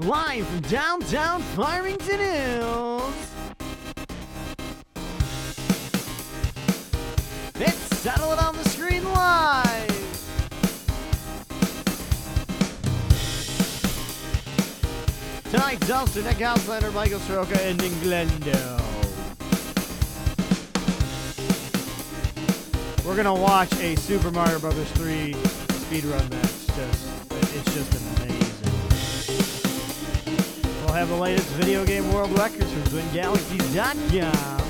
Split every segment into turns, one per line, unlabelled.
Live from downtown Farmington Hills. It's Settle It on the Screen Live. Tonight's Dumpster Nick Outsider, Michael Soroka, and Glendo. We're gonna watch a Super Mario Brothers 3 speedrun match. Just, it's just amazing. We'll have the latest video game world records from ZwinGalaxy.com.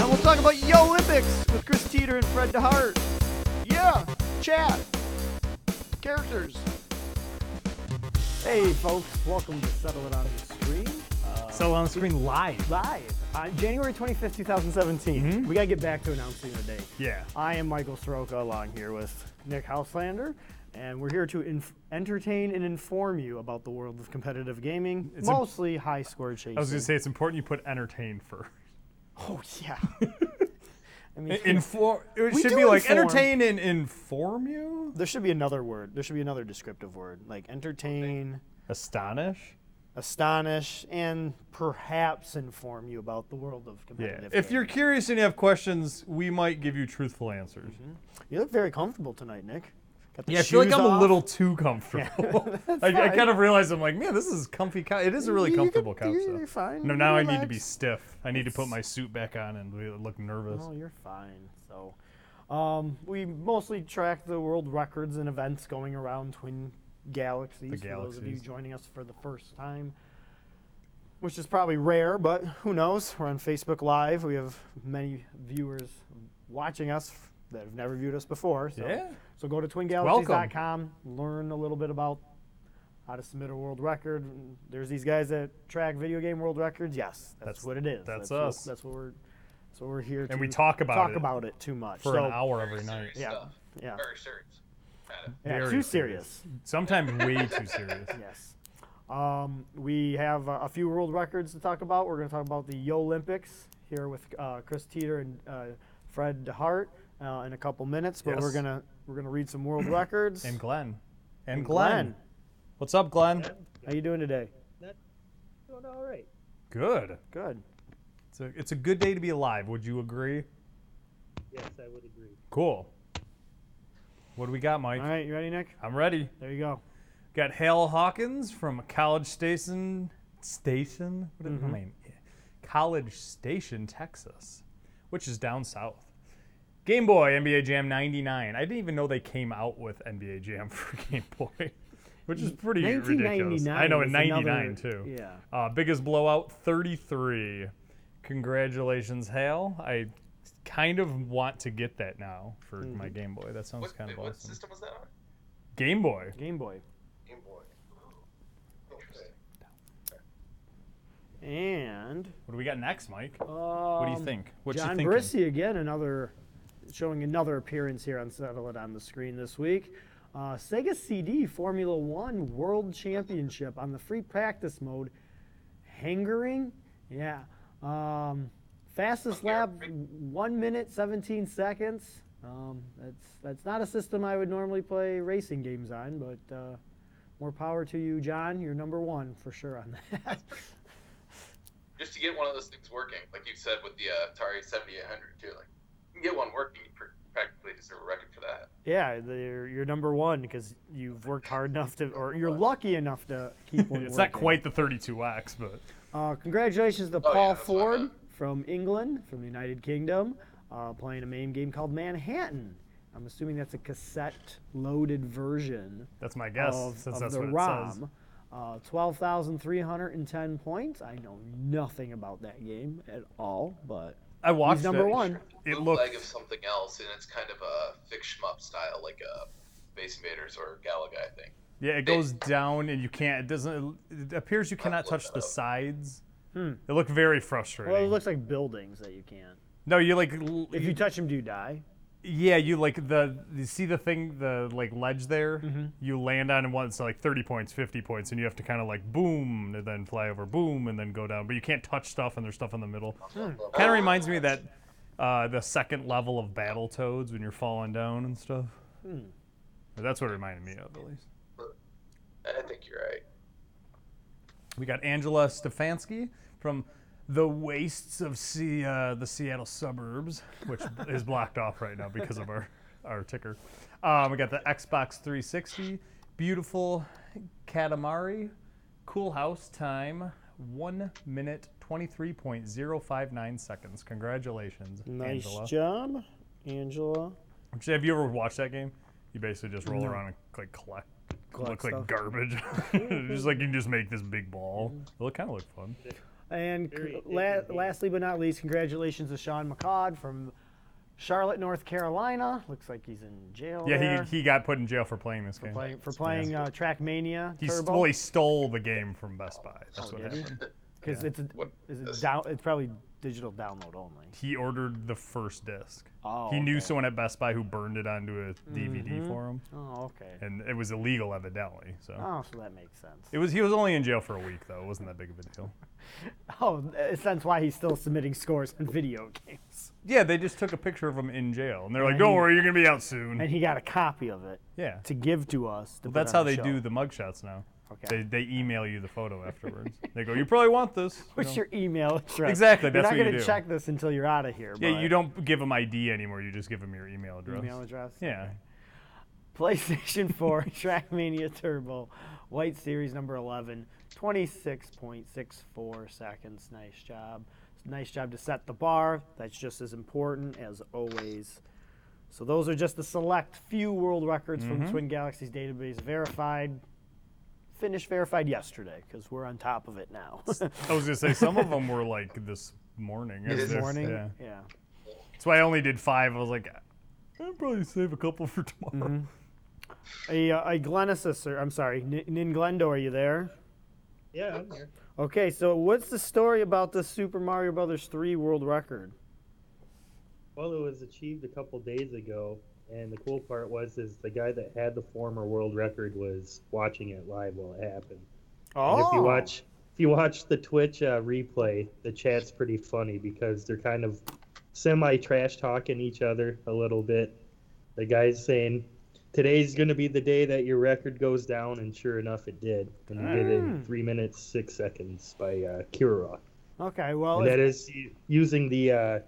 And we'll talk about Yo Olympics with Chris Teeter and Fred DeHart. Yeah, chat, characters.
Hey, folks, welcome to Settle It on the Screen. Uh,
So on the screen live.
live on January 25th, 2017.
Mhm.
We got to get back to announcing the day.
Yeah.
I am Michael Soroka along here with Nick Houselander, and we're here to inf- entertain and inform you about the world of competitive gaming,
a-
mostly high score chasing.
I was gonna say it's important you put entertain first.
oh, yeah. I mean,
Inform. It
We
should
do
be like
inform.
entertain and inform you.
there should be another word. There should be another descriptive word, like entertain.
Astonish.
astonish, and perhaps inform you about the world of
Yeah.
competitive.
If you're
gaming.
curious and you have questions, we might give you truthful answers.
you look very comfortable tonight, Nick. Got the
Yeah, I feel like
shoes
I'm a
off.
little too comfortable. I, I
fine.
kind of realize I'm like, man, this is comfy. Co- it is a really
You- you
comfortable
can- you're-
couch.
you're
though.
fine,
No,
you
now I need to be
relax.
stiff. I need to put my suit back on and really look nervous.
No, you're fine. So, um, we mostly track the world records and events going around Twin Galaxies. for those of you
galaxies.
joining us for the first time, which is probably rare, but who knows? We're on Facebook Live. We have many viewers watching us that have never viewed us before. So,
Yeah.
so go to twingalaxies.com, learn a little bit about how to submit a world record. There's these guys that track video game world records. Yes, that's,
That's-
what it is.
that's
what-
us.
that's what we're. So we're here to
And we talk about
talk
it
about it too much.
for
so,
an hour every
Very
night.
serious
yeah,
stuff.
yeah,
Very serious. Got it.
yeah,
Very
too serious.
serious. Sometimes way too serious.
Yes. Um, we have uh, a few world records to talk about. We're going to talk about the Yo Olympics here with uh, Chris Teeter and uh, Fred DeHart uh, in a couple minutes. But we're
Yes.
gonna we're gonna read some world records.
And Glenn. And
Glenn.
Glenn. What's up, Glenn?
How you doing today?
Doing all right.
Good.
Good.
It's a, it's a good day to be alive. Would you agree?
Yes, I would agree.
Cool. What do we got, Mike?
All right, you ready, Nick?
I'm ready.
There you go.
Got Hal Hawkins from College Station, Station. What
Mm-hmm.
did I mean? College Station, Texas, which is down south. Game Boy NBA Jam '99. I didn't even know they came out with NBA Jam for Game Boy, which is pretty ridiculous. I know in
1999 is
'99
another-
too.
yeah.
Uh, biggest blowout 33. Congratulations, Hal. I kind of want to get that now for my
Mm-hmm.
Game Boy. That sounds
What,
kind of
what
awesome.
system was that on?
Game Boy.
Game Boy.
Game Boy. Oh, Interesting.
And
What do we got next, Mike?
um,
What do you think? What you
John
thinking?
Brissy again, another showing another appearance here on Settle It on the Screen this week. Uh, Sega CD Formula One World Championship on the free practice mode. Hangering, yeah. Um, fastest lap, one minute seventeen seconds. Um, that's that's not a system I would normally play racing games on, but uh, more power to you, John. You're number one for sure on that.
Just to get one of those things working, like you said with the uh, Atari 7800 too, like you can get one working, you pr- practically deserve a record for that.
Yeah, you're, you're number one because you've worked hard enough to, or you're lucky enough to keep one.
It's not
working.
quite the 32X, but
Uh, congratulations to
yeah,
Paul
that's what I
Ford
meant.
from England, from the United Kingdom, uh, playing a main game called Manhattan. I'm assuming that's a cassette-loaded version
that's my guess
of,
since
of
that's
the
what it says.
ROM. Uh, 12,310 points. I know nothing about that game at all, but
I watched
he's number
it.
one.
It
Bootleg
looked
of something else, and it's kind of a fix shmup style, like a Space Invaders or Galaga, I think.
Yeah, it goes down and you can't. It doesn't. It appears you cannot touch the sides. It looked very frustrating.
Hmm. Well, it looks like buildings that you can't.
no, you like. l-
If you touch them, do you die?
Yeah, you like the you see the thing the like ledge there. You land on it once like thirty points, fifty points, and you have to kind of like boom and then fly over, boom and then go down. But you can't touch stuff, and there's stuff in the middle. Kind of Hmm. reminds me of that uh, the second level of Battle Toads when you're falling down and stuff. Or That's what it reminded me of at least.
I think you're right.
We got Angela Stefanski from the wastes of Se- uh, the Seattle suburbs, which is blocked off right now because of our, our ticker. Um, we got the Xbox 360, beautiful Katamari, Cool House Time, 1 minute 23.059 seconds. Congratulations,
Nice
Angela.
job, Angela.
Which, Have you ever watched that game? You basically just roll around and like collect,
Collect
look like
stuff.
garbage. just like you can just make this big ball. It kind of look fun.
And c-
Very
la-
addicting.
lastly but not least, congratulations to Sean McCod from Charlotte, North Carolina. Looks like he's in jail.
Yeah,
there
he, he got put in jail for playing this game.
playing, for playing uh, Trackmania
he
Turbo.
fully stole the game from Best Buy. That's what
Oh, did he?
happened.
Because it's a,
What
is it
is-
down, it's probably digital download only.
He ordered the first disc.
Oh,
he knew
okay.
someone at Best Buy who burned it onto a DVD for him,
Oh, okay.
and it was illegal evidently. So
Oh, so that makes sense.
it was. He was only in jail for a week though. It wasn't that big of a deal.
Oh, uh, sense why he's still submitting scores in video games.
Yeah, they just took a picture of him in jail, and they're like,
he-
"Don't worry, you're gonna be out soon."
And he got a copy of it
yeah.
to give to us. to
Well,
put
that's
on
how
the
they
show.
do the mugshots now.
Okay.
They, they email you the photo afterwards. they go, you probably want this. you
What's
know?
your email address?
Exactly,
You're
that's
not
what you
gonna
do.
check this until you're out of here.
yeah,
but
you don't give them ID anymore. You just give them your email address.
Email address.
Yeah.
PlayStation 4 Trackmania Turbo, White Series number 11, 26.64 seconds. Nice job. Nice job to set the bar. That's just as important as always. So those are just the select few world records from Twin Galaxies database verified. Finished verified yesterday because we're on top of it now.
I was gonna say some of them were like this morning.
This
They're-
Morning.
Yeah.
yeah.
That's why I only did five. I was like, I'll probably save a couple for tomorrow.
A, uh, a Glenesis, or I'm sorry, N- Nin Glendo, are you there?
Yeah, I'm here.
Okay, so what's the story about the Super Mario Brothers 3 world record?
Well, it was achieved a couple days ago, and the cool part was is the guy that had the former world record was watching it live while it happened. And
Oh.
Oh.
if you watch if you watch the Twitch uh, replay, the chat's pretty funny because they're kind of semi trash talking each other a little bit. The guy's saying, "Today's going to be the day that your record goes down," and sure enough, it did. And he did it in three minutes six seconds by uh, Kirua.
Okay, well,
And that
if,
is u- using the uh,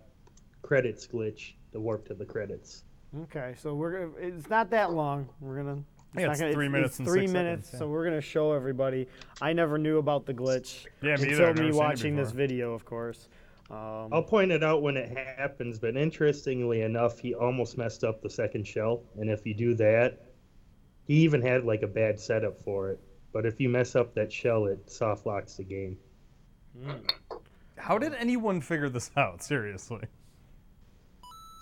credits glitch, the warp to the credits.
okay, so we're gonna, it's not that long. We're gonna. Mm-hmm.
Yeah,
not
it's
gonna-
three minutes and
three
six
minutes,
seconds, yeah.
so we're gonna show everybody. I never knew about the glitch
Yeah, me
until
either.
me
I've never seen it
watching this
before.
video, of course. Um,
I'll point it out when it happens, but interestingly enough, he almost messed up the second shell. And if you do that, he even had like a bad setup for it. But if you mess up that shell, it soft locks the game.
How did anyone figure this out? Seriously.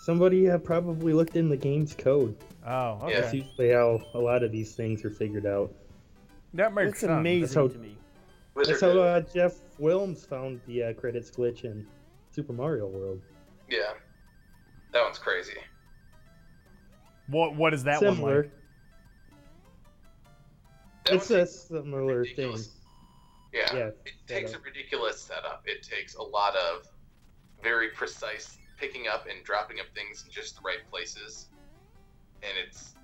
Somebody uh, probably looked in the game's code.
Oh, okay.
That's usually how a lot of these things are figured out.
That makes
it's
sense.
amazing
how-
to me.
That's how uh, Jeff Wilms found the uh, credits glitch in Super Mario World.
yeah, that one's crazy.
What What is that one
Similar.
like?
That
It's
one
a
takes-
similar thing.
ridiculous. Yeah,
Yeah,
it takes
setup.
a ridiculous setup. It takes a lot of very precise picking up and dropping of things in just the right places, and it's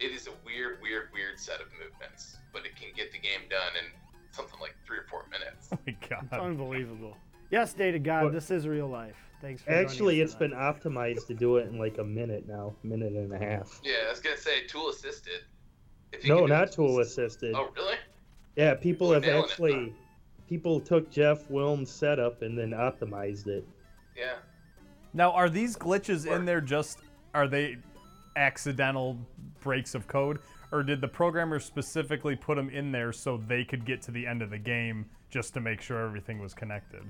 it is a weird, weird, weird set of movements, but it can get the game done in something like three or four minutes.
Oh my God.
Unbelievable. Yes, day to God,
What-
this is real life. Thanks. for joining
uh, Actually,
us
it's been
tonight.
optimized to do it in like a minute now, minute and a half.
Yeah, I was gonna say tool assisted. If
No,
can do
not
it-
tool assisted.
Oh, really?
Yeah, people have
Nailing it,
actually. People took Jeff Wilm's setup and then optimized it.
Yeah.
Now, are these glitches in there just are they accidental breaks of code, or did the programmers specifically put them in there so they could get to the end of the game just to make sure everything was connected?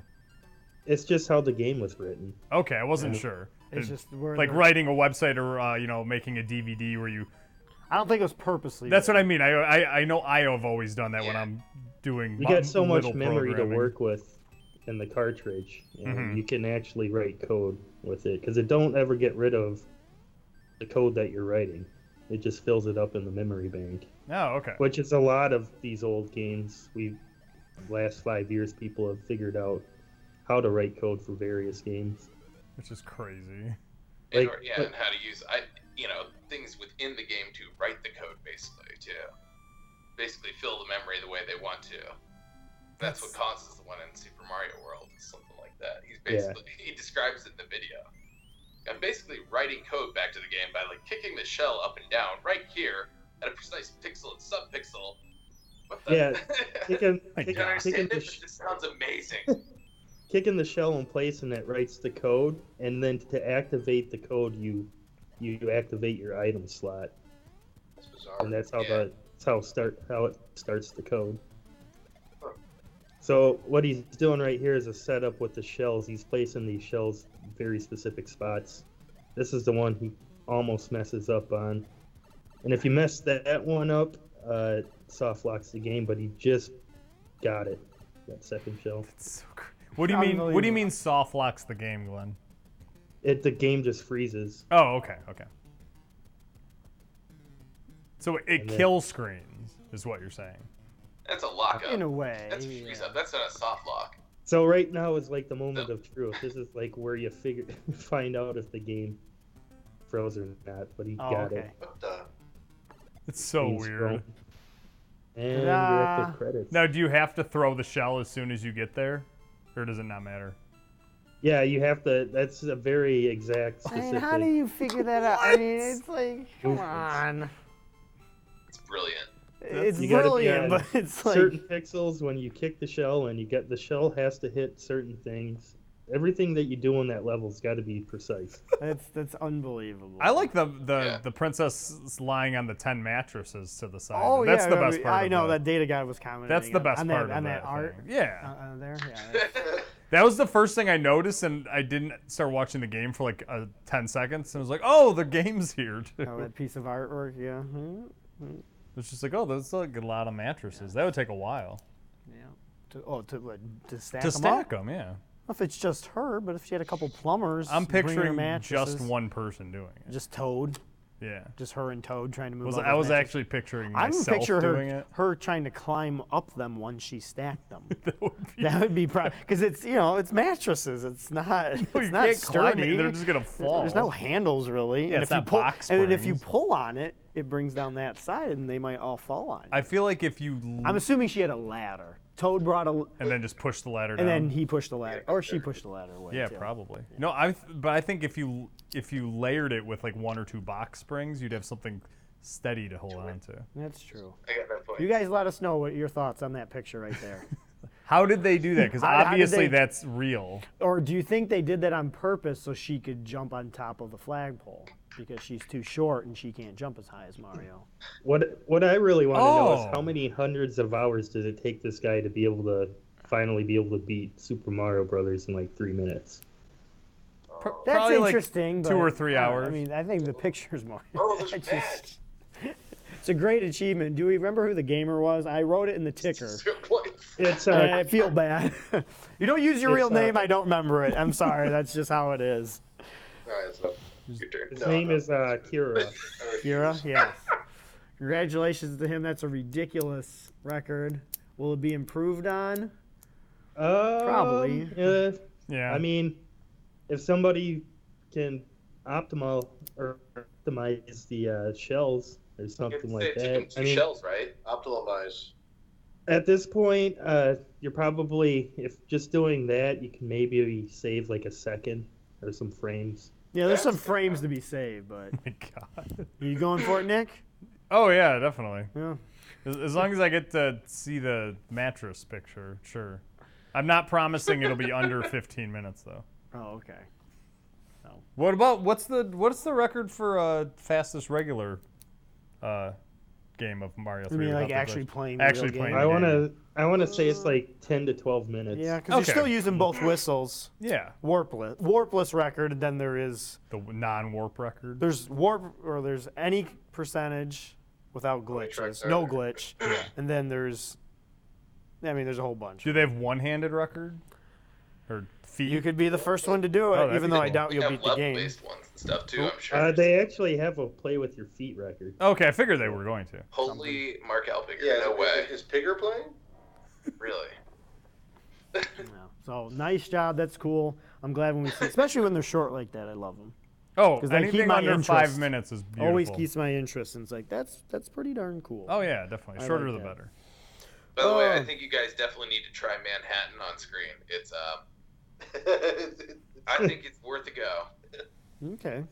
It's just how the game was written.
Okay, I wasn't sure.
It's
It-
just we're
like
the-
writing a website or uh, you know making a DVD where you.
I don't think it was purposely.
That's what I mean. I I, I know I've always done that when
Yeah.
I'm doing.
You got so much
little
memory to
programming.
work with in the cartridge. and
Mhm.
You can actually write code with it because it don't ever get rid of the code that you're writing. It just fills it up in the memory bank.
Oh, okay.
which is a lot of these old games. We last five years, people have figured out how to write code for various games.
Which is crazy.
And,
Like-
or- yeah,
like-
and how to use I, you know, things within the game to write the code basically to basically fill the memory the way they want to. That's what causes the one in Super Mario World, something like that. He's basically he describes it in the video. I'm basically writing code back to the game by like kicking the shell up and down right here at a precise pixel and subpixel. What the?
Yeah, Kicking,
My
you
kicking,
God.
don't
kicking,
understand
the,
this?
sh-
This sounds amazing.
kicking the shell in place and it writes the code, and then to activate the code, you you, you activate your item slot,
That's bizarre.
and that's how
Yeah.
the that's how start how it starts the code.
Huh.
So what he's doing right here is a setup with the shells. He's placing these shells in very specific spots. This is the one he almost messes up on, and if you mess that, that one up, uh, soft locks the game. But he just got it. That second shell.
It's so cr- what do you mean? What do you
Unbelievable.
mean soft locks the game, Glenn?
It the game just freezes.
Oh, okay, okay. So it
And then-
kills screens, is what you're saying.
That's a lockup.
In a way.
that's a
yeah.
freeze up. That's not a soft lock.
So right now is like the moment of truth. This is like where you figure find out if the game froze or not. But he
Oh,
got
okay.
it.
What the?
It's so
He's
weird.
grown. And we're at
Ta-da.
the credits.
Now, do you have to throw the shell as soon as you get there, or does it not matter?
Yeah, you have to. That's a very exact
I mean,
specific.
how do you figure that out? I mean, it's like, come
Movements.
on.
It's brilliant.
It's
You gotta be
brilliant,
on
but it's like.
certain pixels when you kick the shell, and you get the shell has to hit certain things. Everything that you do on that level's got to be precise.
That's that's unbelievable.
I like the the,
Yeah.
the princess lying on the ten mattresses to the side.
Oh
that's
yeah,
the
I-
best part.
I
of
know
it.
that data guy was commenting.
That's the
on-
best
on
part
that,
of
on
that
that art.
thing. Yeah,
Uh, uh, there, yeah. that's-
that was the first thing I noticed, and I didn't start watching the game for like uh, ten seconds, and I was like, "Oh, the game's here!" Too.
oh, that piece of artwork, yeah. mhm,
It's just like, "Oh, that's like a lot of mattresses. That would take a while
yeah. To, oh, to what, to stack
to
'em
stack
up.
them." Yeah,
If it's just her, but if she had a couple plumbers,
I'm
bringing her
picturing just
mattresses,
one person doing it.
just Toad,
Yeah,
just her and Toad trying to move.
was
all
I
those
was
mattresses.
actually picturing
I can
myself
picture her,
doing it.
her trying to climb up them once she stacked them.
That would be-
that would be because it's you know it's mattresses. It's not it's not
you can't climb it,
sturdy.
they're just gonna
There- There's
fall.
no handles really.
Yeah,
and
it's
if you
not
pull,
box
and if you
springs.
pull on it, it brings down that side, and they might all fall on.
I
it.
feel like if you l-
I'm assuming she had a ladder. Toad brought a, l-
and then just push the ladder
and
down.
then he pushed the ladder, or she pushed the ladder away.
Yeah,
too.
probably. No, I. th- But I think if you if you layered it with like one or two box springs, you'd have something steady to hold on to.
That's true.
I got that point.
You guys, let us know what your thoughts on that picture right there.
How did they do that? Because
How- how did
obviously
they-
that's real.
or do you think they did that on purpose so she could jump on top of the flagpole because she's too short and she can't jump as high as Mario?
What What I really want to know
Oh.
is how many hundreds of hours did it take this guy to be able to finally be able to beat Super Mario Brothers in like three minutes?
Oh.
That's
Probably, like,
interesting.
two
but, uh,
or three
I don't know,
hours.
I mean, I think the picture's more.
Oh, there's
I
bats.
just- it's a great achievement. Do we remember who the gamer was? I wrote it in the ticker.
Good point.
It's
and
uh,
I feel bad. you don't use your
It's,
real
uh,
name. I don't remember it. I'm sorry. That's just how it is.
All right, so your turn.
his
No,
name
no.
is uh, Kira.
I refuse.
Kira, yes. Congratulations to him. That's a ridiculous record. Will it be improved on?
Um,
Probably.
Yeah.
Yeah.
I mean, if somebody can optimal or optimize the uh, shells or
You can
something
say
like
it took him
that,
two
I mean,
shells, right? Optimize.
at this point, uh, you're probably if just doing that, you can maybe save like a second or some frames.
Yeah, there's some
That's-
frames to be saved, but
my God.
you going for it, Nick?
Oh yeah, definitely.
Yeah.
As, as long as I get to see the mattress picture, sure. I'm not promising it'll be under 15 minutes though.
Oh, okay.
What about what's the what's the record for uh, fastest regular uh, game of Mario
You
3?
mean like
without the
actually
glitch?
playing?
Actually
the real
playing
Game?
I
the
want to I want to say it's like 10 to 12 minutes.
Yeah, because
Okay.
you're still using both whistles.
Yeah,
Warpless, warpless record. and Then there is
the non-warp record.
there's warp or there's any percentage without glitches,
tracks are
no
there?
glitch, and then there's. I mean, there's a whole bunch.
Do they have one-handed record or feet?
You could be the first one to do it,
Oh, that'd
even
be
though I
cool.
doubt
They
you'll
have
beat the game.
level-based ones and stuff too. I'm sure.
Uh, they actually have a play with your feet record.
Okay, I figured they were going to.
Holy Mark Alpiger!
Yeah,
no
is-
way.
Is Pigger playing?
Really?
No. So nice job. That's cool. I'm glad when we see, especially when they're short like that. I love them.
Oh,
'Cause they keep
anything
my
under five
interest.
minutes is beautiful.
Always keeps my interest, and it's like that's that's pretty darn cool.
Oh yeah, definitely.
I
Shorter
like
the
that.
better.
By the way, I
Oh.
think you guys definitely need to try Manhattan on screen. It's um, I think it's worth a go.
Okay.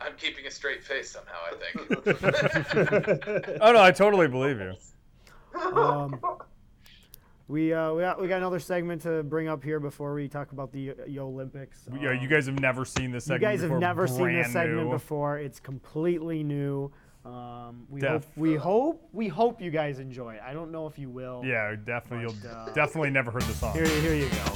I'm keeping a straight face somehow. I think.
Oh no, I totally believe you.
Um, we uh, we got we got another segment to bring up here before we talk about the Yo Olympics.
Yeah, you
Um,
guys have never seen this
you
segment.
guys have
before.
never seen this
Brand
segment
new.
before. It's completely new. Um, we hope we hope we hope you guys enjoy it. I don't know if you will.
Yeah, definitely. You'll
But, uh,
definitely never heard the song.
Here, here you go.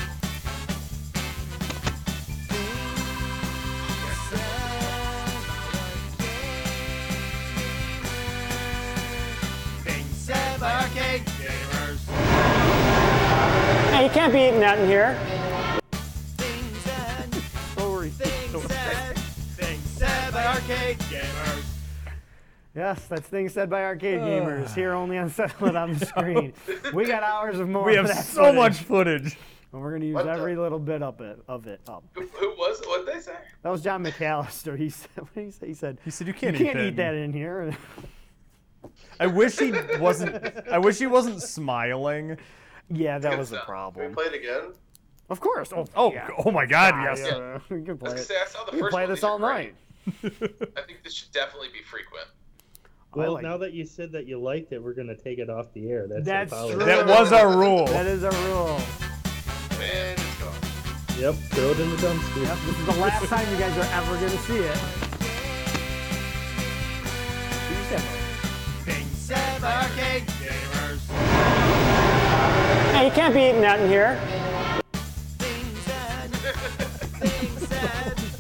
Hey, you can't be eating that in here. Yes, that's things said by arcade gamers here only on Settle It on the Screen. We got hours of more.
We
of
have
that
so
footage,
much footage.
and we're gonna use
What the-
every little bit of it. Of it up.
who, who was it? What they say?
That was John McAllister. He said, what did he say? He said,
He said you
"You
can't,
can't
eat,
eat that in here."
I wish he wasn't. I wish he wasn't smiling.
yeah, that
Good
was a
stuff. Can
problem.
we play it again?
Of course. Oh,
Oh,
yeah.
oh my God, yes.
Yeah, we can
I was
play
gonna
it.
say I saw the
We can
first
play
one.
this
These are
all
great.
night.
I think this should definitely be frequent.
Well,
like
now
it.
that you said that you liked it, we're gonna take it off the air. That's,
That's
our policy.
true.
That was our rule.
That is a rule.
Man, it's going.
Yep, throw it in the dumpster.
Yep, this is the last time you guys are ever gonna see it. Hey, you can't be eating that in here.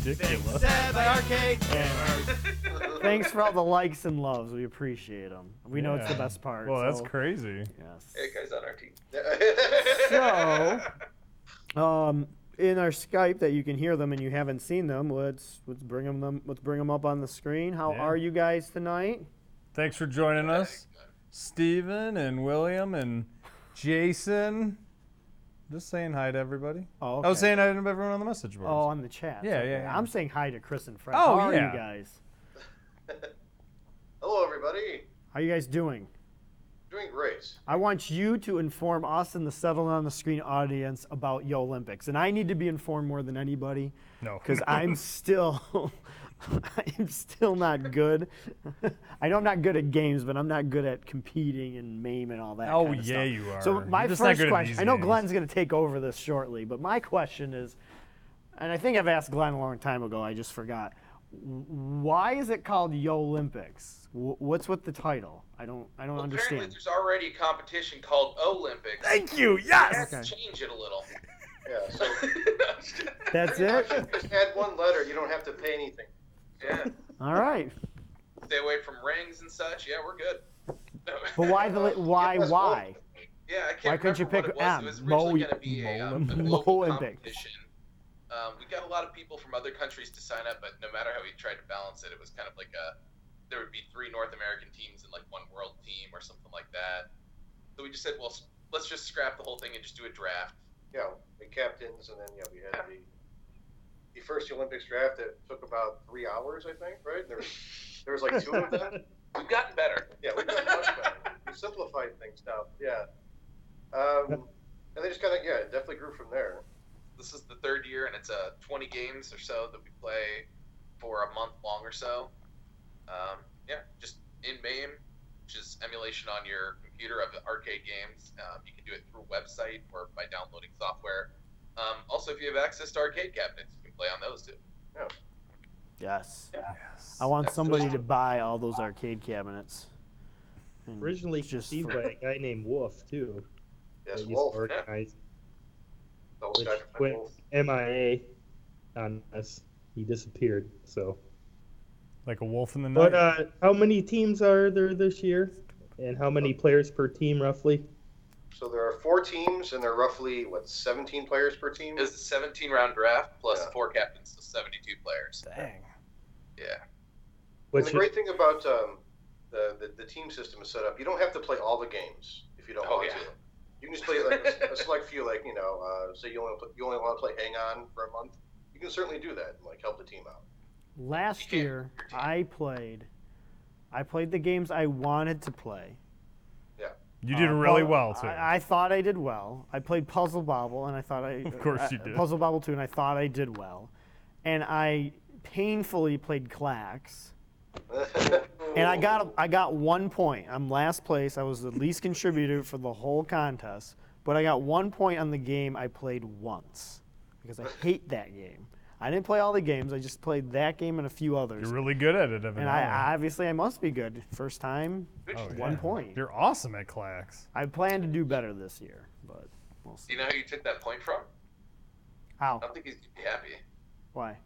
Ridiculous.
Thanks for all the likes and loves. We appreciate them. We know it's the
Yeah.
best part.
Well, that's
so-
crazy.
Yes.
Hey guys, on our team.
So, um, in our Skype that you can hear them and you haven't seen them, let's let's bring them, let's bring them up on the screen. How
Yeah.
are you guys tonight?
Thanks for joining us, Steven and William and Jason. Just saying hi to everybody.
Oh,
I was
okay.
saying hi to everyone on the message board.
Oh, on the chat.
Yeah,
okay.
yeah, yeah.
I'm saying hi to Chris and Fred.
Oh,
How are
yeah.
you guys?
Hello, everybody.
How you guys doing?
Doing great.
I want you to inform us and the Settle on the Screen audience about Yo Olympics, and I need to be informed more than anybody.
No.
because I'm still, I'm still not good. I know I'm not good at games, but I'm not good at competing and MAME and all that.
Oh,
kind of
yeah,
stuff.
you are.
So
You're
my
just not
first
good at
question,
these
I know
games.
Glenn's going to take over this shortly, but my question is, and I think I've asked Glenn a long time ago. I just forgot. W- Why is it called Yo Olympics? Wh- What's with the title? I don't, I don't
Well, apparently,
understand.
there's already a competition called Olympics.
Thank you. Yes.
Let's
Okay.
change it a little.
Yeah, so
That's
I
it.
should just add one letter. You don't have to pay anything.
yeah.
All right.
Stay away from rings and such. Yeah, we're good.
But why the li- why
that's
why?
Yeah, I can't
Why couldn't you
remember
pick
what it
M?
was. It was
Mo-
originally going to be a, um, a
Mo-
global
Olympics.
competition. Um, we got a lot of people from other countries to sign up, but no matter how we tried to balance it, it was kind of like a there would be three North American teams and like one world team or something like that. So we just said, well, s- let's just scrap the whole thing and just do a draft.
Yeah, the captains, and then yeah, we had the the first Olympics draft that took about three hours, I think. Right? There was there was like two of them.
We've gotten better.
Yeah, we did much better. We simplified things now. Yeah. Um, and they just kind of yeah, it definitely grew from there.
This is the third year, and it's uh, 20 games or so that we play for a month long or so. Um, yeah, just in MAME, which is emulation on your computer of the arcade games. Um, you can do it through website or by downloading software. Um, also, if you have access to arcade cabinets, you can play on those too.
Yes. I want
That's
somebody
just-
to buy all those arcade cabinets. And
Originally
just
conceived
for-
by a guy named Wolf too. that
Yes,
used to
Wolf.
organize
The old guy from
Wait.
Wolf.
MIA on us. He disappeared. So,
Like a wolf in the night.
but uh, how many teams are there this year, and how many players per team roughly?
So there are four teams, and they're roughly what 17 players per team.
It was a 17 round draft plus
Yeah.
four captains, so 72 players.
Dang.
Yeah.
And
Which
the great thing about um, the, the the team system is set up, you don't have to play all the games if you don't
Oh,
want
yeah.
to. You can just play like a, a select few, like you know, uh, say you only pl- you only want to play Hang On for a month. You can certainly do that and like help the team out.
Last year, I played. I played the games I wanted to play.
Yeah.
You did
Uh,
really
Pu-
well too.
I, I thought I did well. I played Puzzle Bobble, and I thought I
Of course
I-
you did.
Puzzle Bobble two, and I thought I did well, and I painfully played Clax, and I got a- I got one point. I'm last place. I was the least contributor for the whole contest, but I got one point on the game I played once because I hate that game. I didn't play all the games. I just played that game and a few others.
You're really good at it, evidently. Oh,
and I obviously I must be good. First time, one point.
You're awesome at clacks.
I plan to do better this year, but we'll
Do
see.
you know who you took that point from?
How?
I don't think he's gonna be happy.
Why?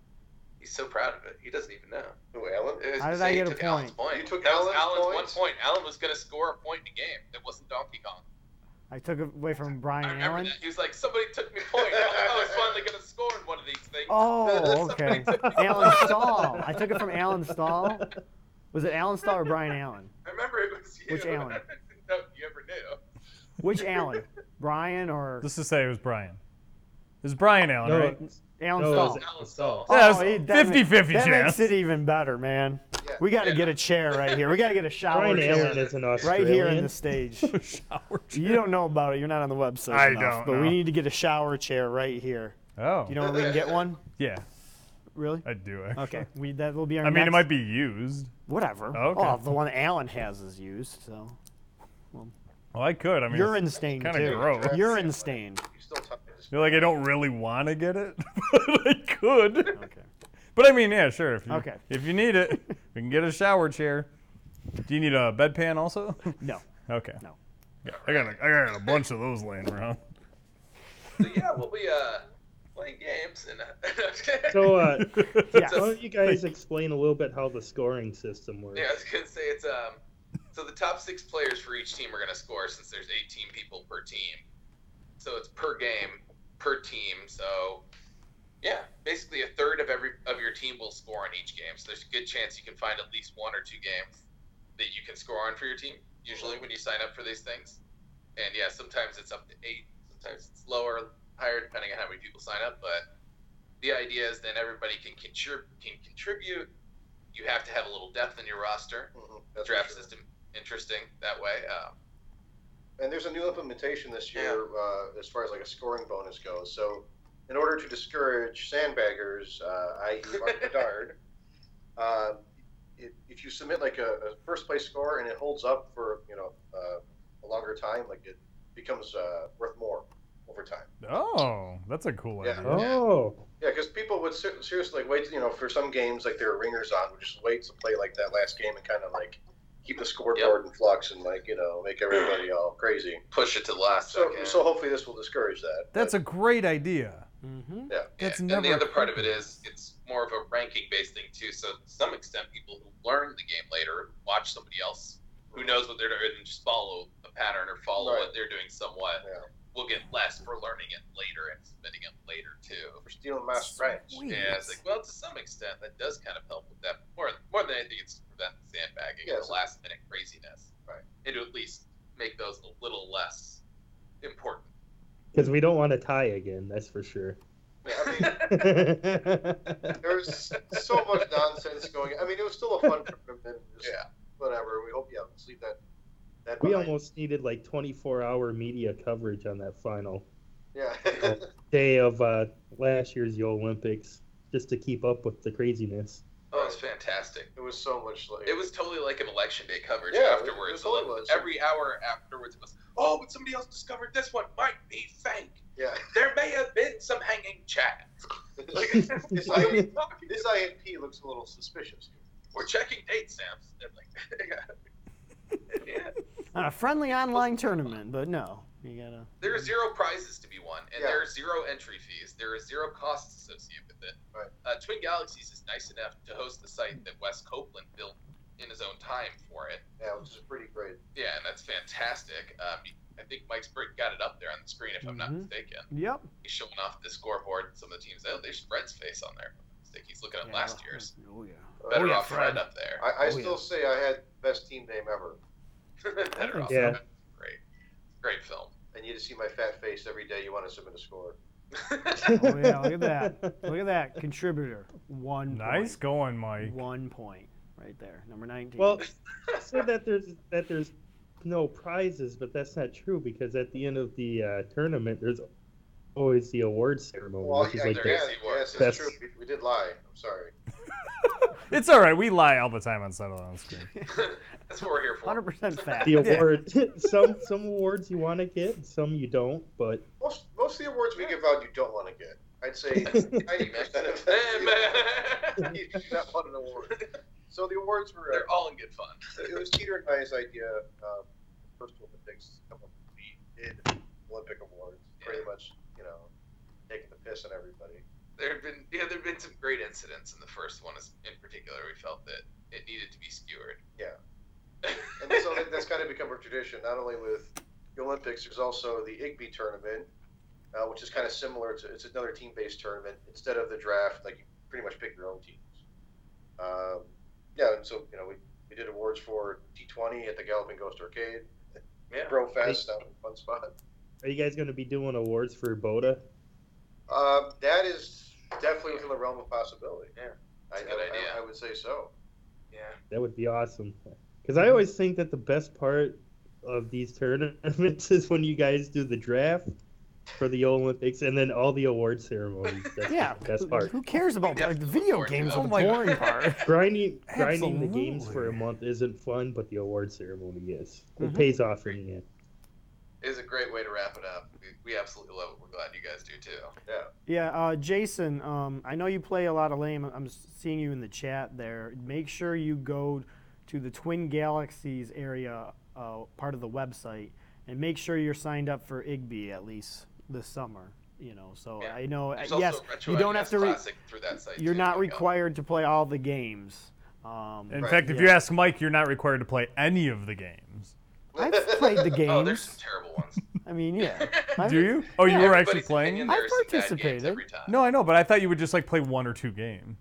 He's so proud of it. He doesn't even know.
Who, Alan?
It was
How
to
did I
say he
get a
took Alan's
point?
point.
You took
that was
Alan's
Alan's
point?
one point. Alan was going to score a point in a game that wasn't Donkey Kong.
I took it away from
I
Brian
remember
Allen.
that. He was like, somebody took me point. I was finally going to score in one of these things.
Oh,
Somebody
okay.
took me
Alan Stahl. I took it from Alan Stahl. Was it Alan Stahl or Brian Allen?
I remember it was you.
Which Alan?
I didn't know you ever knew.
Which Allen? Brian or
Let's just say it was Brian. It was Brian Allen,
No,
right?
Alan
no, it
Stahl?
was
Alan
Oh,
Stahl.
Yeah, it was
it- that ma-
50-50
That
chance.
makes it even better, man.
Yeah.
We got to
Yeah.
get a chair right here. We got to get a shower
Brian
chair
Allen is an Australian.
right here in the stage.
Shower
You don't know about it. You're not on the website.
I
enough,
don't
But
know.
we need to get a shower chair right here.
Oh,
Do you know where we can get one?
yeah,
Really?
I do actually.
Okay. We that will be our.
I mean, it
next-
might be used.
Whatever.
Okay.
Oh, the one Alan has is used. So
Well, I could. I mean, it's-
urine stained
kinda
too.
gross.
Urine stained.
You still talk to this-
you're like, I don't really want to get it, but I could.
Okay.
But I mean, yeah, sure. If you,
Okay.
If you need it, we can get a shower chair. Do you need a bedpan also?
No.
okay.
No.
Yeah, I got a, I got a bunch of those laying around.
So, yeah, we'll be uh, playing games. and uh,
So, uh,
Yeah.
why don't you guys explain a little bit how the scoring system works?
Yeah, I was gonna say it's um. So the top six players for each team are gonna score since there's 18 people per team. So it's per game, per team. So yeah, basically a third of every of your team will score on each game. So there's a good chance you can find at least one or two games that you can score on for your team. Usually when you sign up for these things, and yeah, sometimes it's up to eight, sometimes it's lower, higher depending on how many people sign up. But the idea is then everybody can contrib- can contribute. You have to have a little depth in your roster
Mhm, that's
draft
for sure.
system interesting that way. Um,
And there's a new implementation this year uh, as far as like a scoring bonus goes. So, in order to discourage sandbaggers, uh, i.e., Mark Bedard, uh, if, if you submit like a, a first place score and it holds up for you know uh, a longer time, like it becomes uh, worth more over time.
Oh, that's a cool
Yeah.
idea.
Oh,
Yeah, because people would ser- seriously like wait, you know, for some games like their ringers on, would just wait to play like that last game and kind of like keep the scoreboard in flux and like you know make everybody all crazy.
push it to the last
So,
second.
so hopefully this will discourage that.
That's a great idea.
Mm-hmm.
yeah.
Yeah,
that's
and
never
the other part of it
happened.
is it's more of a ranking based thing too. So to some extent, people who learn the game later watch somebody else who knows what they're doing and just follow a pattern or follow
Right.
what they're doing somewhat.
Yeah.
Will get less for learning it later and submitting it later too.
for stealing my stripes.
Yeah, it's like well, to some extent, that does kind of help with that. More more than anything, it's to prevent sandbagging and
Yes.
the last minute craziness,
Right.
And to at least make those a little less important.
because we don't want to tie again, that's for sure.
Yeah, I mean, there's so much nonsense going. I mean, it was still a fun trip. And just
Yeah.
Whatever. We hope you yeah, leave that. That
we
behind.
almost needed like 24 hour media coverage on that final
Yeah.
day of uh, last year's Yo Olympics just to keep up with the craziness.
Oh, it's fantastic.
it was so much like.
It was totally like an election day coverage
Yeah, it-
afterwards.
it
so like,
totally was.
every hour afterwards it was, oh, but somebody else discovered this one might be fake.
Yeah.
There may have been some hanging chat. Like,
It's
what are we
like-
talking
This INP looks a little suspicious.
about? We're checking date stamps. And like, yeah.
On a friendly online tournament, but no, you gotta.
There are zero prizes to be won, and
Yeah.
there are zero entry fees. There are zero costs associated with it.
Right.
Uh, Twin Galaxies is nice enough to host the site that Wes Copeland built in his own time for it.
Yeah, which is pretty great.
Yeah, and that's fantastic. Um, I think Mike's Brick got it up there on the screen, if I'm not
Mhm.
mistaken.
Yep.
He's showing off the scoreboard. Some of the teams, oh, there's Fred's face on there. I think he's looking at
Yeah.
last year's.
Oh yeah.
Better
yeah,
off Fred.
Fred.
up there.
I, I
Oh,
still
yeah.
say I had best team name ever,
Better off
Yeah.
Fred. Great, great film.
and you just see my fat face every day. You want to submit a score.
Oh yeah. Look at that. Look at that contributor. One.
Nice
Point.
going, Mike.
One point right there. Number nineteen.
Well, say that there's that there's no prizes, but that's not true because at the end of the uh, tournament, there's always the award ceremony,
Well,
which
yeah,
is Oh, like
there-
the-
yeah, yes,
that's-
that's true. We, we did lie. I'm sorry.
It's all right. We lie all the time on Settle on Screen.
That's what we're here for.
100% fact.
the award. some some awards you want to get, some you don't. But
Most, most of the awards we give out, you don't want to get. I'd say 90% of them.
Amen.
you do not want an award. So the awards were. Uh,
They're all in good fun.
it was Peter and I's idea. Um, first Olympics, a couple of we did Olympic awards, pretty much, you know, taking the piss on everybody.
There have been yeah, there have been some great incidents in the first one is- in particular. We felt that it needed to be skewered.
Yeah. And so that, that's kind of become a tradition, not only with the Olympics, there's also the IGBY tournament, uh, which is kind of similar to it's another team based tournament. Instead of the draft, like you pretty much pick your own teams. Um, yeah, and so, you know, we, we did awards for T20 at the Galloping Ghost Arcade,
yeah.
Bro Fest, that was a fun spot.
are you guys going to be doing awards for Boda?
Um, that is definitely within the realm of possibility.
Yeah.
I,
It's a good
I- I-
idea.
I would say so.
yeah.
That would be awesome. Because I always think that the best part of these tournaments is when you guys do the draft for the Olympics and then all the award ceremonies. That's
Yeah,
the best part.
Who cares about like, the
Definitely Oh
video
bored
games?
to
Are
that.
the boring part.
Grinding, grinding the games
Absolutely.
for a month isn't fun, but the award ceremony is. It
Mhm.
pays off in the end.
It is a great way to wrap it up. We- We absolutely love it. We're glad you guys do too.
Yeah, uh, Jason, um, I know you play a lot of lame. I'm s- seeing you in the chat there. Make sure you go to the Twin Galaxies area uh, part of the website and make sure you're signed up for IGBY at least this summer. You know, so
Yeah.
I know. uh,
There's also
yes,
Retro
you don't
NES
have to. Re-
Classic through that site.
you're
too.
not
There you go.
required to play all the games. Um,
In
Right.
fact, if you ask Mike, you're not required to play any of the games.
I've played the games.
Oh, there's some terrible ones.
I mean, yeah. I've-
Do you? Oh, you were actually
Everybody's opinion,
playing?
there
I
are some bad games
participated.
every time.
No, I know, but I thought you would just like play one or two games.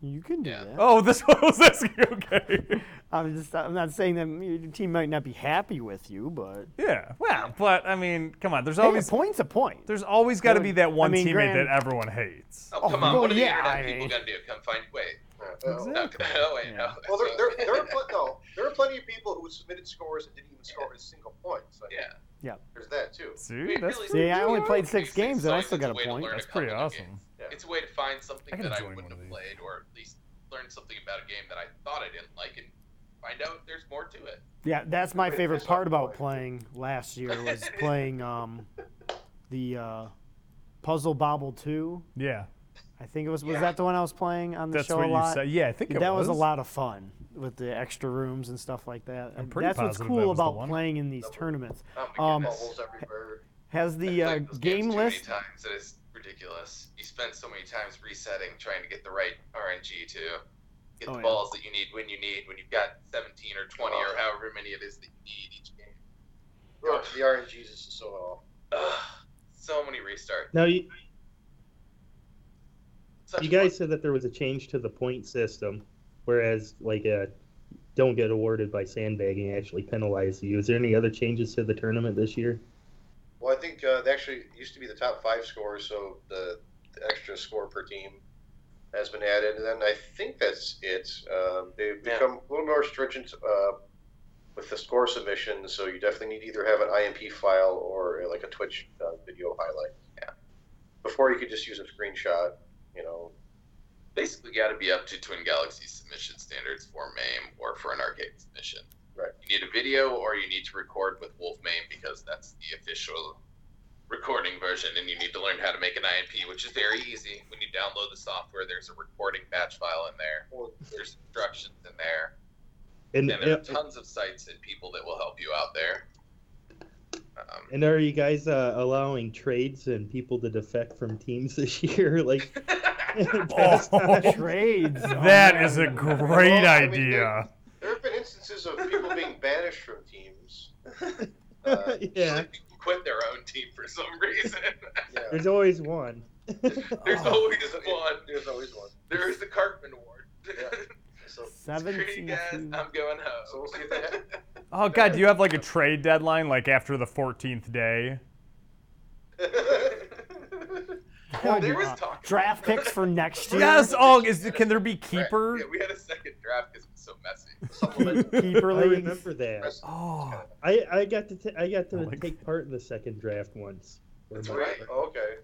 You can do
Yeah.
that.
Oh, this one was asking. Okay.
I'm just. I'm not saying that your team might not be happy with you, but
Yeah. Well, but I mean, come on. There's
hey, a
always
point's a point.
there's always got to
Well,
be that one
I mean,
teammate
Graham-
that everyone hates.
Oh, come
Oh,
on.
well,
what are the
yeah,
internet
I
people
mean-
gonna do? Come find wait.
Uh,
Exactly.
No, oh, wait, no.
Well, there,
that's not-
there, there, are pl- no, there are plenty of people who submitted scores and didn't even score a single point. So
yeah.
there's that too.
See,
We
that's
really-
See, I only
Yeah.
played six
Six
games and I
songs,
still
that's
got
a
a
way to
point.
learn.
that's pretty
couple new
awesome.
games. It's a way to find something
I gotta
that I
join
wouldn't
one of
have
these.
played, or at least learn something about a game that I thought I didn't like, and find out there's more to it.
Yeah, that's my
Wait,
favorite
there's
part
another
about
one.
playing last year was playing um, the uh, Puzzle Bobble Two.
Yeah,
I think it was was
Yeah.
that the one I was playing on the
that's
show
what
a
you
lot.
said. Yeah, I think it
that was.
was
a lot of fun with the extra rooms and stuff like that.
I'm
Uh,
pretty
that's what's
positive
cool
that was the
about
one.
playing in these
That was-
tournaments.
Oh my
Um,
goodness.
Bubbles everywhere.
Has
I
the uh,
played those games
game
too many
list?
times. It is ridiculous. You spend so many times resetting, trying to get the right RNG to get
Oh,
the
yeah.
balls that you need when you need when you've got 17 or 20 or however many it is that you need each game.
The- The RNGs is so awful.
Ugh, so many restarts.
Now, you,
Such
you
fun.
guys said that there was a change to the point system, whereas, like, uh, don't get awarded by sandbagging actually penalizes you. Is there any other changes to the tournament this year?
Well, I think uh, they actually used to be the top five scores, so the, the extra score per team has been added, and then I think that's it. Um, they've
Yeah.
become a little more stringent uh, with the score submission, so you definitely need to either have an IMP file or uh, like a Twitch uh, video highlight.
Yeah.
Before you could just use a screenshot, you know.
basically got to be up to Twin Galaxy submission standards for MAME or for an arcade submission.
Right.
You need a video or you need to record with Wolf MAME because that's the official recording version and you need to learn how to make an IMP, which is very easy. When you download the software, there's a recording batch file in there.
Well,
There's instructions in there.
And, uh,
And there are
and,
tons of sites and people that will help you out there. Um,
are you guys uh, allowing trades and people to defect from teams this year? Like,
Oh.
that's not-
Trades.
Oh, That is a great
Well, I mean,
idea.
There have been instances of people being banished from teams. Uh,
yeah,
usually people quit their own team for some reason.
yeah.
there's always one.
There's
Oh.
always one.
There's always one.
There is the Cartman Award.
So,
Screw you
seventeen.
guys, I'm going home.
so we'll see if that happens.
Oh god, do you have like a trade deadline like after the 14th day?
Well,
Oh,
there was
God.
talk.
Draft picks for next year.
Yes. Oh, is can there be keepers?
Yeah, we had a second draft because it was so messy.
Supplement.
Keep
I
early.
remember that.
That's
Oh,
I, I got to t- I got to
Oh my
take part in the second draft once.
that's right. Oh, okay.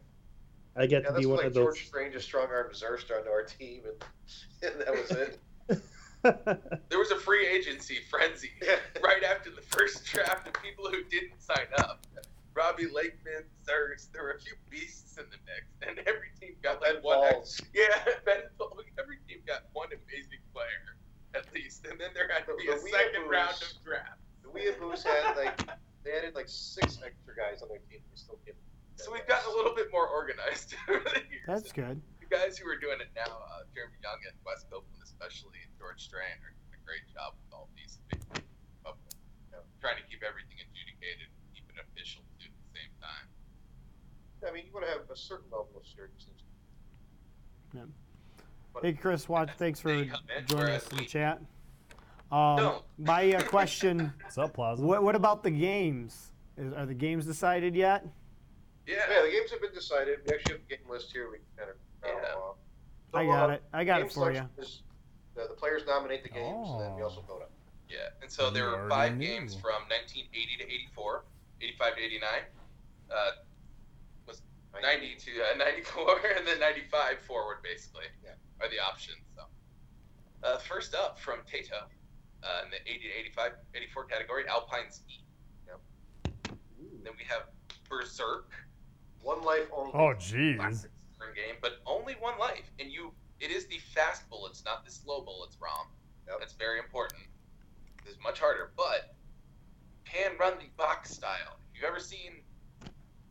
I got
Yeah,
to
that's
be
when,
one
like
of those.
George Strange just strong armed Zerster onto our team, and, and that was it.
There was a free agency frenzy
Yeah.
right after the first draft of people who didn't sign up. Robbie Lakeman, Zergs, there were a few beasts in the mix, and every team got like
Ben
one. ex-
Balls.
Yeah, Ben Ball- Every team got one amazing player at least, and then there had to be a
The Weeaboos.
second round of draft.
The Weeaboos had like they added like six extra guys on their team. They still get.
So we've gotten a little bit more organized over the years.
That's good.
the guys who are doing it now, uh, Jeremy Young at West Copeland, especially, and George Strand, are doing a great job with all these things. Up, you know, trying to keep everything adjudicated, keep it official too, at the same time.
I mean, you want to have a certain level of seriousness.
Hey, Chris, watch, thanks for joining us in the chat. Um,
No.
my uh, question
what's up, Plaza?
what, what about the games? Is, are the games decided yet?
Yeah,
Yeah.
the games have been decided. We actually have a game list here. We can kind of rattle
Yeah.
them off.
I got it. I got
Game
it for you.
selection is- The, the players nominate the games, and then we
Oh.
also vote on.
Yeah, and so
You
there were
already
five
knew.
games from 1980 to 84, 85 to 89, uh,
it.
90 to uh, 94, and then 95 forward, basically,
Yeah.
are the options. So. Uh, first up from Tato uh, in the 80 to 85, 84 category, Alpines E.
Yep.
Then we have Berserk.
One life only.
Oh, jeez.
classic Southern game, but only one life, and you. It is the fast bullets, not the slow bullets, Rom.
Yep.
That's very important. It's much harder, but can run the box style. If you've ever seen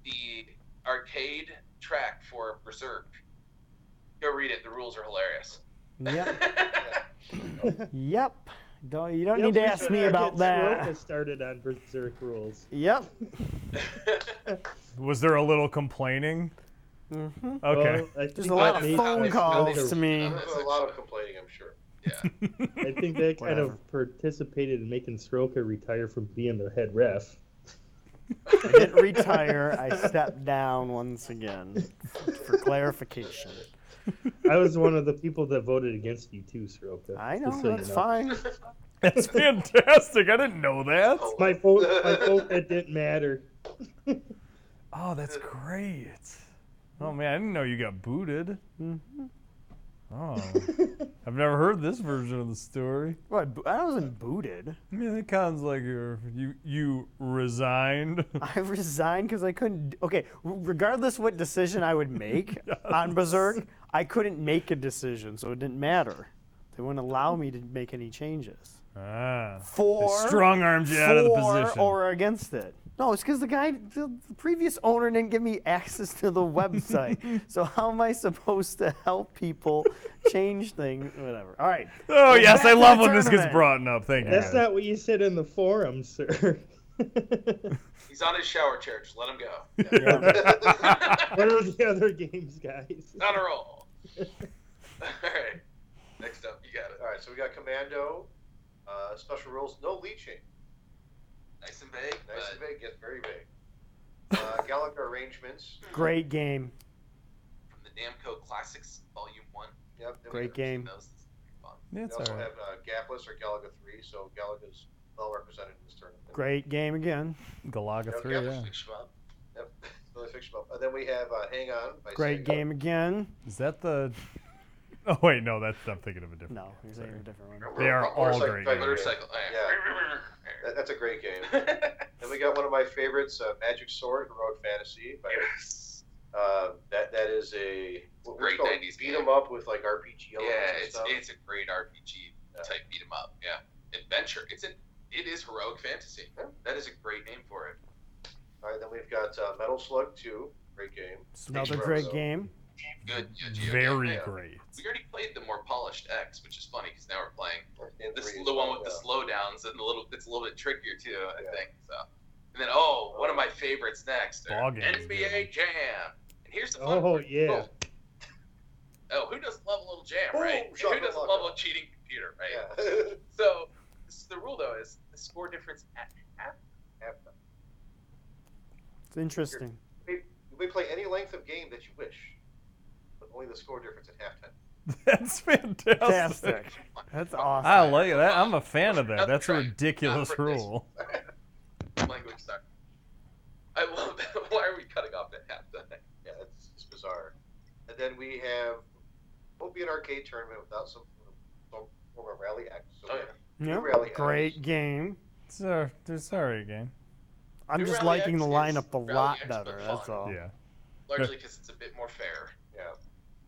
the arcade track for Berserk, go read it. The rules are hilarious.
Yep.
Don't
Yep. Don't, you don't need to ask me about that.
Started on Berserk rules.
Yep.
Was there a little complaining?
hmm
Mm-hmm.
Okay.
Well, I think
a
that
lot of
made-
phone
I think
calls
that-
to me.
There's a lot of complaining, I'm sure.
yeah.
I think that kind
Whatever.
of participated in making Sroka retire from being the head ref.
I didn't retire. I stepped down once again for clarification.
I was one of the people that voted against you too, Sroka.
I know
just so you
that's
know.
fine.
That's fantastic. I didn't know that.
Oh.
My vote, my vote, it didn't matter.
Oh, that's great. Oh man, I didn't know you got booted.
Mhm.
Oh, I've never heard this version of the story.
What? bo- I wasn't booted.
I mean, it sounds like you're, you you resigned.
I resigned because I couldn't. d- Okay, r- regardless what decision I would make on Berserk, I couldn't make a decision, so it didn't matter. They wouldn't allow me to make any changes.
ah,
For
strong armed you out of the
for
position.
or against it. No, it's because the guy, the the previous owner, didn't give me access to the website. so how am I supposed to help people change things? Whatever. All right.
oh
Back
yes,
to
I
the
love when this gets
tournament.
brought up. Thank you.
That's
guys.
not what you said in the forum, sir. what
He's on his shower chair. Just let him go.
are the other games, guys?
He's on a roll. All right. Next up, you got it.
All right, so we got Commando. Uh, special rules: no leeching.
Nice and vague.
Nice and
but
vague. Yes, very vague. Uh, Gallagher arrangements.
Great game.
From the Namco Classics Volume One.
Yep. then we
Great
have-
game.
Those, that's pretty fun.
Yeah,
We
it's
also
all right.
have uh, Gapless or Galaga three, so Galaga's well represented in this tournament.
Great game again.
Galaga three.
Yeah,
Yeah.
fix 'em up.
Yep. Really fixed them up. And then we have uh, Hang On. By
Great
Sega.
game again.
Is that the? Oh wait, no, that's I'm thinking of a different.
No, he's saying a different one.
They are all
Motorcycle
great.
Driver.
games.
Motorcycle.
That, that's a great game.
Yeah.
Then we got one of my favorites, uh, Magic Sword and Road Fantasy. By,
yes.
uh, that that is a what- what's
Great
it called?
90s
beat
game.
'em up with like RPG
Yeah,
elements and
it's,
stuff.
it's a great RPG type beat 'em up. Yeah, adventure. It's an it is heroic fantasy. That is a great name for it.
All right, then we've got uh, Metal Slug two. Great game.
Another great game.
Good. yeah, Geo
Very
game. Yeah.
great.
We already played the more polished X, which is funny because now we're playing
And
this
three
the
is-
one with
yeah.
the slowdowns and a little it's a little bit trickier too. I
Yeah.
think so. And then oh, one of my favorites next,
Ball
are
game's
NBA Jam. And here's the fun
Oh,
part.
yeah.
Oh. Oh, who doesn't love a little jam,
Boom,
right? Who
shakalaka.
doesn't love a cheating computer, right?
Yeah.
So this, the rule though is the score difference at half.
It's interesting.
You may play any length of game that you wish, but only the score difference at halftime.
That's fantastic.
Fantastic. That's awesome.
I like that. I'm a fan of that.
Another
That's a
try.
ridiculous
Not for this.
rule.
Language sorry. I love that. Why are we cutting off that half then?
Yeah, it's, it's bizarre. And then we have won't be an arcade tournament without some, some form of rally act. So
Oh,
we
yeah.
Yep.
have rally
Great
acts.
game.
It's
uh,
a, it's a rare game.
I'm
New
just
rally
liking the
acts is
lineup a
rally
lot
acts, but
better. That's
fun.
all.
Yeah.
Largely because it's a bit more fair.
Yeah.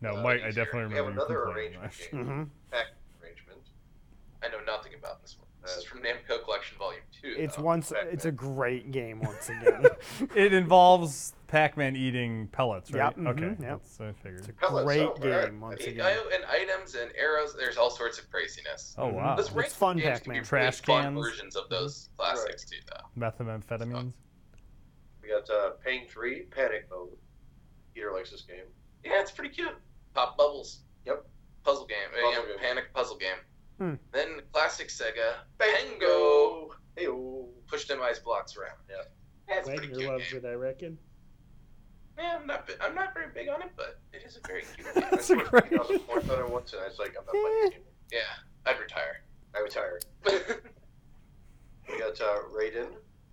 No,
Uh,
Mike, I
easier.
definitely remember
We have
you
another
complaining
arrangement
about
game.
hmm
Pack arrangement.
I know nothing about this one. This is from Namco Collection Volume Two.
Uh, It's
though.
once.
Pac-Man.
It's a great game once again.
that. It involves Pac-Man eating pellets, right?
Yep, mhm,
okay.
yep.
That's what I figured.
it's a
Hello,
great
so, alright.
game once
I-
again.
I- and items and arrows. There's all sorts of craziness.
oh wow.
Those ranking
fun
games
Pac-Man. Mm-hmm.
Can be really
Trash
fun
cans.
versions of those classics too, though.
Methamphetamines.
We got uh, Pain Three Panic Mode. Peter likes this game.
Yeah, it's pretty cute. Pop bubbles.
Yep.
Puzzle game. uh,
Puzzle
yeah,
game.
Panic puzzle game.
Hmm.
Then classic Sega Bango.
Hey,
Push them ice blocks around.
Yeah.
yeah it's a pretty
Wagner
cute
loves
game.
it, I reckon.
Yeah, I'm not. bi- I'm not very big on it, but it is a very cute game.
That's a great.
I was more than I once, and I was like, I'm not playing this game.
Yeah, I'd retire.
I retired. We got uh, Raiden,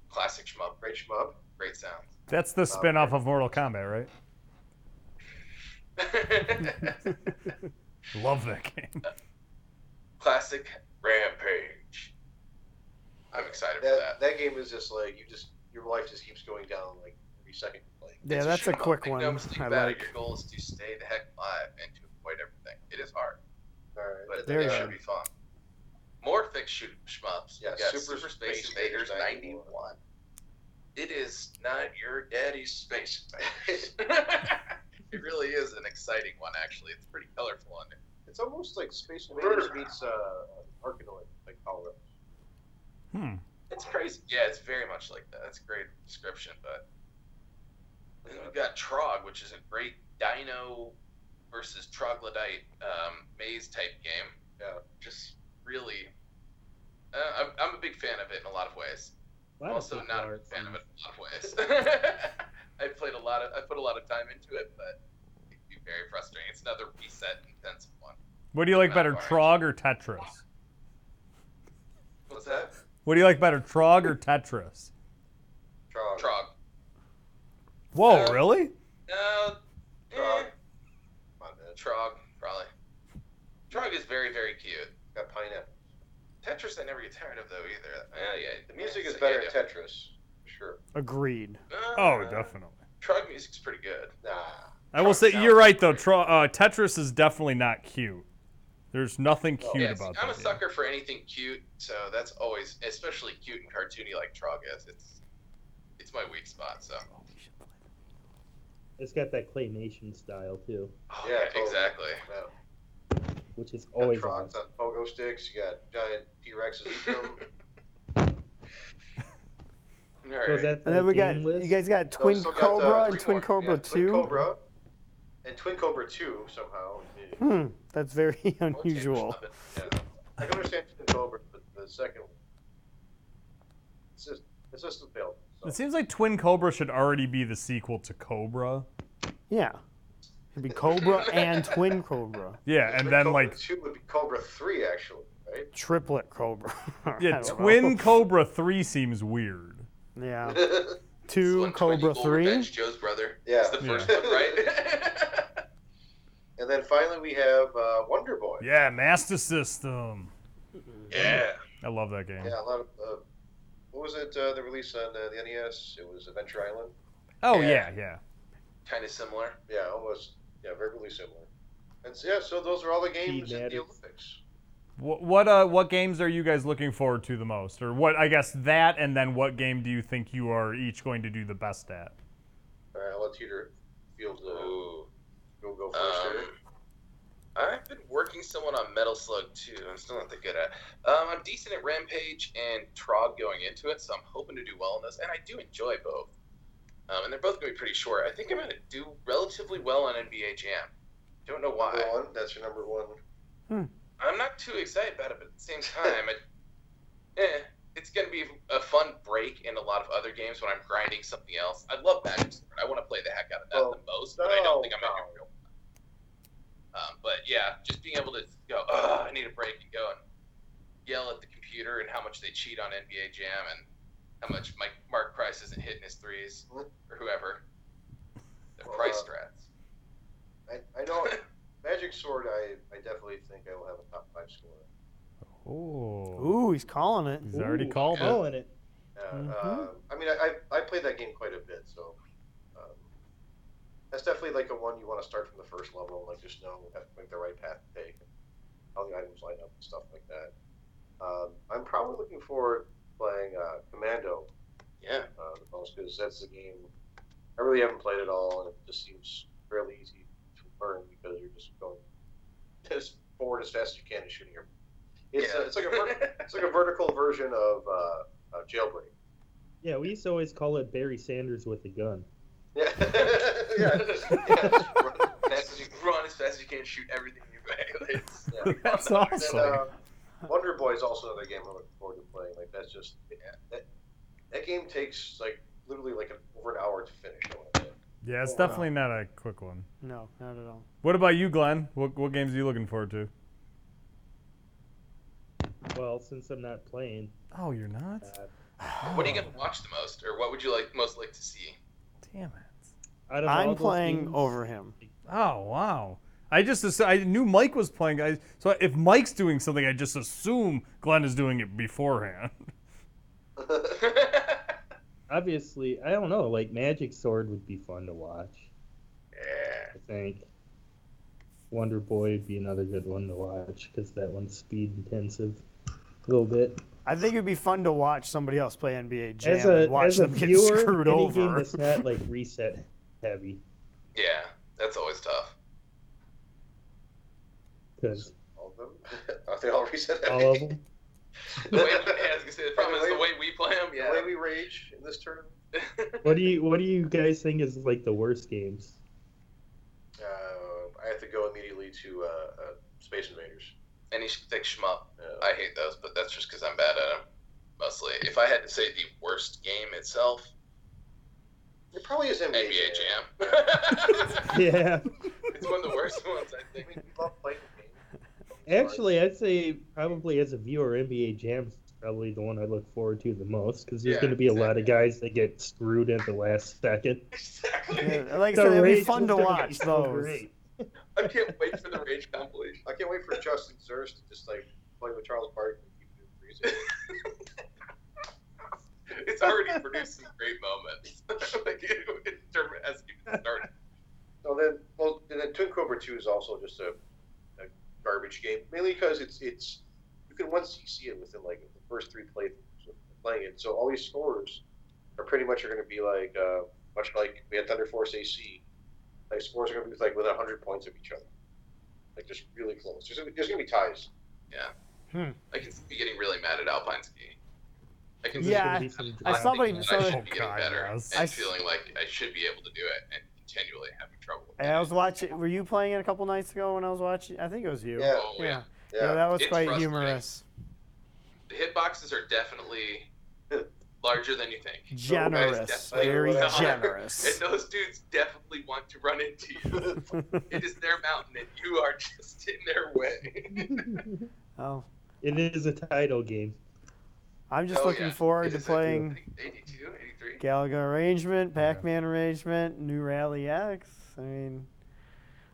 classic shmup.
Raid Shmup.
Great sound.
That's the spin-off of Mortal Kombat, right? Love that game.
Classic Rampage. I'm excited for that.
That that game is just like you just your life just keeps going down like every second you play.
yeah,
It's
that's a
shmup.
quick
Make
one.
No mistake
I
about it.
like.
Your goal is to stay the heck alive and to avoid everything. It is hard,
All right.
but
There
it
you
should
go.
be fun. More fix shoot shmups.
Yeah,
Yes,
Super
Super Space,
Space
Invaders
Invaders
91. It is not your daddy's Space Invaders. it really is an exciting one, actually. It's pretty colorful and
It's almost like Space Invaders meets uh, Arkanoid, like Power.
Hmm.
It's crazy. Yeah, it's very much like that. That's a great description, but then we've got Trog, which is a great dino versus troglodyte um, maze type game. Uh,
Yeah.
Just really, uh, I'm, I'm a big fan of it in a lot of ways.
Why don't
also,
people
not a
are
big fan of
fans?
it in a lot of ways. I played a lot of, I put a lot of time into it, but it can be very frustrating. It's another reset intensive one.
What do you like better,
Malphite.
Trog or Tetris?
What's that?
What do you like better, Trog or Tetris?
Trog.
Trog.
Whoa,
Uh,
really?
No. eh.
Trog. Come on, man.
Trog, probably. Trog is very, very cute.
Got pineapple.
Tetris, I never get tired of though either. Oh, Yeah, yeah. The
The music
yeah,
is
yeah,
better
yeah.
in Tetris, for sure.
Agreed.
Uh,
Oh, definitely.
Trog music's pretty good.
Nah.
I will say
Trog
you're
sounds
right though.
great.
Tro- uh, Tetris is definitely not cute. There's nothing cute
Yeah, see,
about
I'm a
that. game.
sucker for anything cute, so that's always, especially cute and cartoony like Trog is. It's, it's my weak spot. So.
It's got that claymation style too,
Oh,
Yeah, totally.
exactly.
Yeah.
which is
You
always
got
awesome.
Trogs on pogo sticks. You got giant T Rexes.
All
So is
right.
that
And
the
then we got
game list?
you guys got Twin
still got, uh,
Cobra and
three
Twin
more.
Cobra
yeah,
Two.
Twin Cobra. And Twin Cobra 2 somehow. Yeah.
Hmm, that's very unusual.
Love it.
I can understand Twin Cobra, but the second one. It's just, it's just a fail. So.
It seems like Twin Cobra should already be the sequel to Cobra.
Yeah, it'd be Cobra and Twin Cobra,
Yeah, and
Twin
then
Cobra
like
2 would be Cobra 3, actually, right?
triplet Cobra. I
yeah,
don't know.
Twin Cobra Three seems weird.
Yeah,
yeah.
This
two
one,
Cobra
Twin Eagle
Three.
Revenge, Joe's brother. It's the
Yeah.
first one, right?
And then finally we have uh, Wonder Boy.
Yeah, Master System.
yeah.
I love that game.
Yeah, a lot of. Uh, what was it? Uh, the release on uh, the NES? It was Adventure Island.
Oh yeah,
Yeah.
yeah.
Kind of similar.
Yeah, almost. Yeah, verbally similar. And so, yeah, so those are all the games in
Madden.
the Olympics.
What what, uh, what games are you guys looking forward to the most, or what? I guess that, and then what game do you think you are each going to do the best at?
All right, I'll let Teeter field the
Ooh.
go go first.
Um, I've been working someone on Metal Slug 2. I'm still not that good at. Um, I'm decent at Rampage and Trog going into it, so I'm hoping to do well in those. And I do enjoy both. Um, and they're both gonna be pretty short. I think I'm gonna do relatively well on NBA Jam. Don't know
Number
why.
one. That's your number one.
I'm not too excited about it, but at the same time, it, eh, it's gonna be a fun break in a lot of other games when I'm grinding something else. I love Magic Sword. I want to play the heck out of that
Well,
the most, but I don't
Oh, no,
think I'm gonna do
no.
real. Um, but yeah, just being able to go, oh, I need a break and go and yell at the computer and how much they cheat on NBA Jam and how much Mike, Mark Price isn't hitting his threes or whoever. The
Well,
price
uh,
strats.
I, I don't. Magic Sword, I, I definitely think I will have a top five score.
Oh.
Ooh, he's calling it.
He's already
Ooh,
called it.
calling it.
Yeah,
Mhm.
uh, I mean, I, I I played that game quite a bit, so um, that's definitely like a one you want to start from the first level and like just know have to make the right path to take, how the items line up and stuff like that. Um, I'm probably looking forward to playing uh, Commando
Yeah.
uh, the most because that's the game I really haven't played at all, and it just seems fairly easy to learn because you're just going as forward as fast as you can and shooting your. It's,
Yeah.
a, it's like a vert- it's like a vertical version of uh, of Jailbreak.
Yeah, we used to always call it Barry Sanders with a gun.
Yeah. yeah. just- yeah, just run fast as you can.
Run as fast as you can, shoot everything you can. It's-
Yeah.
That's
And then,
awesome.
uh, Wonder Boy is also another game I'm looking forward to playing. Like that's just that, that game takes like literally like an, over an hour to finish. I wanna say.
Yeah, it's
Oh, wow.
definitely not a quick one.
No, not at all.
What about you, Glenn? What what games are you looking forward to?
Well, since I'm not playing,
Oh, you're not.
uh,
What are you going to watch the most, or what would you like most like to see?
Damn it.
out of all
I'm
those
playing
games-
over him.
Oh wow. I just ass- I knew Mike was playing. I, so if Mike's doing something, I just assume Glenn is doing it beforehand.
Obviously, I don't know. Like Magic Sword would be fun to watch.
Yeah.
I think Wonder Boy would be another good one to watch because that one's speed intensive a little bit.
I think it'd be fun to watch somebody else play NBA Jam
as a
and watch
as a
them get
viewer,
screwed
any game
over.
that's not like reset heavy
Yeah. That's always tough.
because
All of them? Are they all reset?
all of them.
The way, yeah, I was gonna say, the problem is the way we play them.
The way
Yeah.
we rage in this tournament.
What do you What do you guys think is like the worst games?
Uh, I have to go immediately to uh, uh, Space Invaders.
Any thick shmup.
Yeah.
I hate those, but that's just because I'm bad at them. Mostly. If I had to say the worst game itself,
it probably is NBA,
NBA Jam.
Yeah,
it's one of the worst ones, I
I
think.
mean, we love playing the game.
actually, I'd say probably as a viewer, NBA Jam's probably the one I look forward to the most because there's
Yeah,
going to be a lot
exactly.
of guys that get screwed at the last second.
Exactly.
Yeah, like I
The
said, it'd be
rage
fun
is
to
gonna be
watch
so
those.
great.
I can't wait for the Rage compilation.
I can't wait for Justin Zers to just like play with Charles Barkley. and keep doing freezing.
It's already produced some great moments. like, it, it never has even started.
So then, well, and then Twin Cobra Two is also just a, a garbage game, mainly because it's it's you can once you see it within like the first three playthroughs of playing it, so all these scores are pretty much are going to be like uh, much like we had Thunder Force AC, like scores are going to be like within hundred points of each other, like just really close. There's gonna be- there's going to be ties.
I can be getting really mad at Alpine Ski. I can
There's
Yeah,
gonna
I-
be some
I
drama.
I'm
saw somebody-
thinking that
so-
I should be getting
Oh, God,
better
yes.
and
I s-
feeling like I should be able to do it and continually having trouble. with
And
it.
I was watching. Were you playing it a couple nights ago when I was watching? I think it was you.
Yeah.
Oh, yeah.
Yeah, that was
It's
quite
frustrating.
humorous.
The hitboxes are definitely larger than you think.
Generous,
definitely
very
what I-
generous.
And those dudes definitely want to run into you. it is their mountain, and you are just in their way.
Oh,
It is a title game.
I'm just
Oh,
looking
yeah.
forward
It
to
is, like, I
playing
think, 82, 83.
Galaga Arrangement, Pac-Man Arrangement, New Rally X. I mean,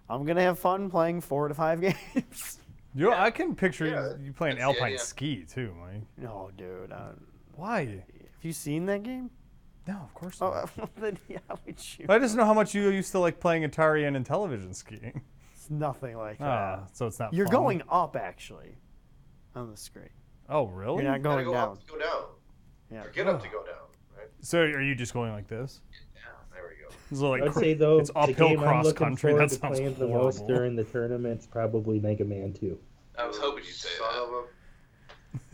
I'm gonna have fun playing four to five games.
You, know, I can picture
Yeah,
you playing
that's the
alpine
idea.
ski too, Mike.
no, dude. I don't-
Why?
have you seen that game?
No, of course
Oh,
uh,
not.
well, then yeah, I would shoot.
I just know how much you used to like playing Atari and in television skiing.
It's nothing like that.
Ah, so it's not.
You're
fun.
going up actually on the screen.
Oh, really?
You're not
Gotta
going
go
down.
up to go down.
Yeah.
Or get up to go down. Right?
So are you just going like this?
There we go.
So like
I'd
cr-
say though,
it's
the
uphill
game I'm
cross
looking
country.
forward
That
to
sounds
playing the
horrible.
most during the tournament's probably Mega Man 2.
I was hoping you'd say
Son
that.
of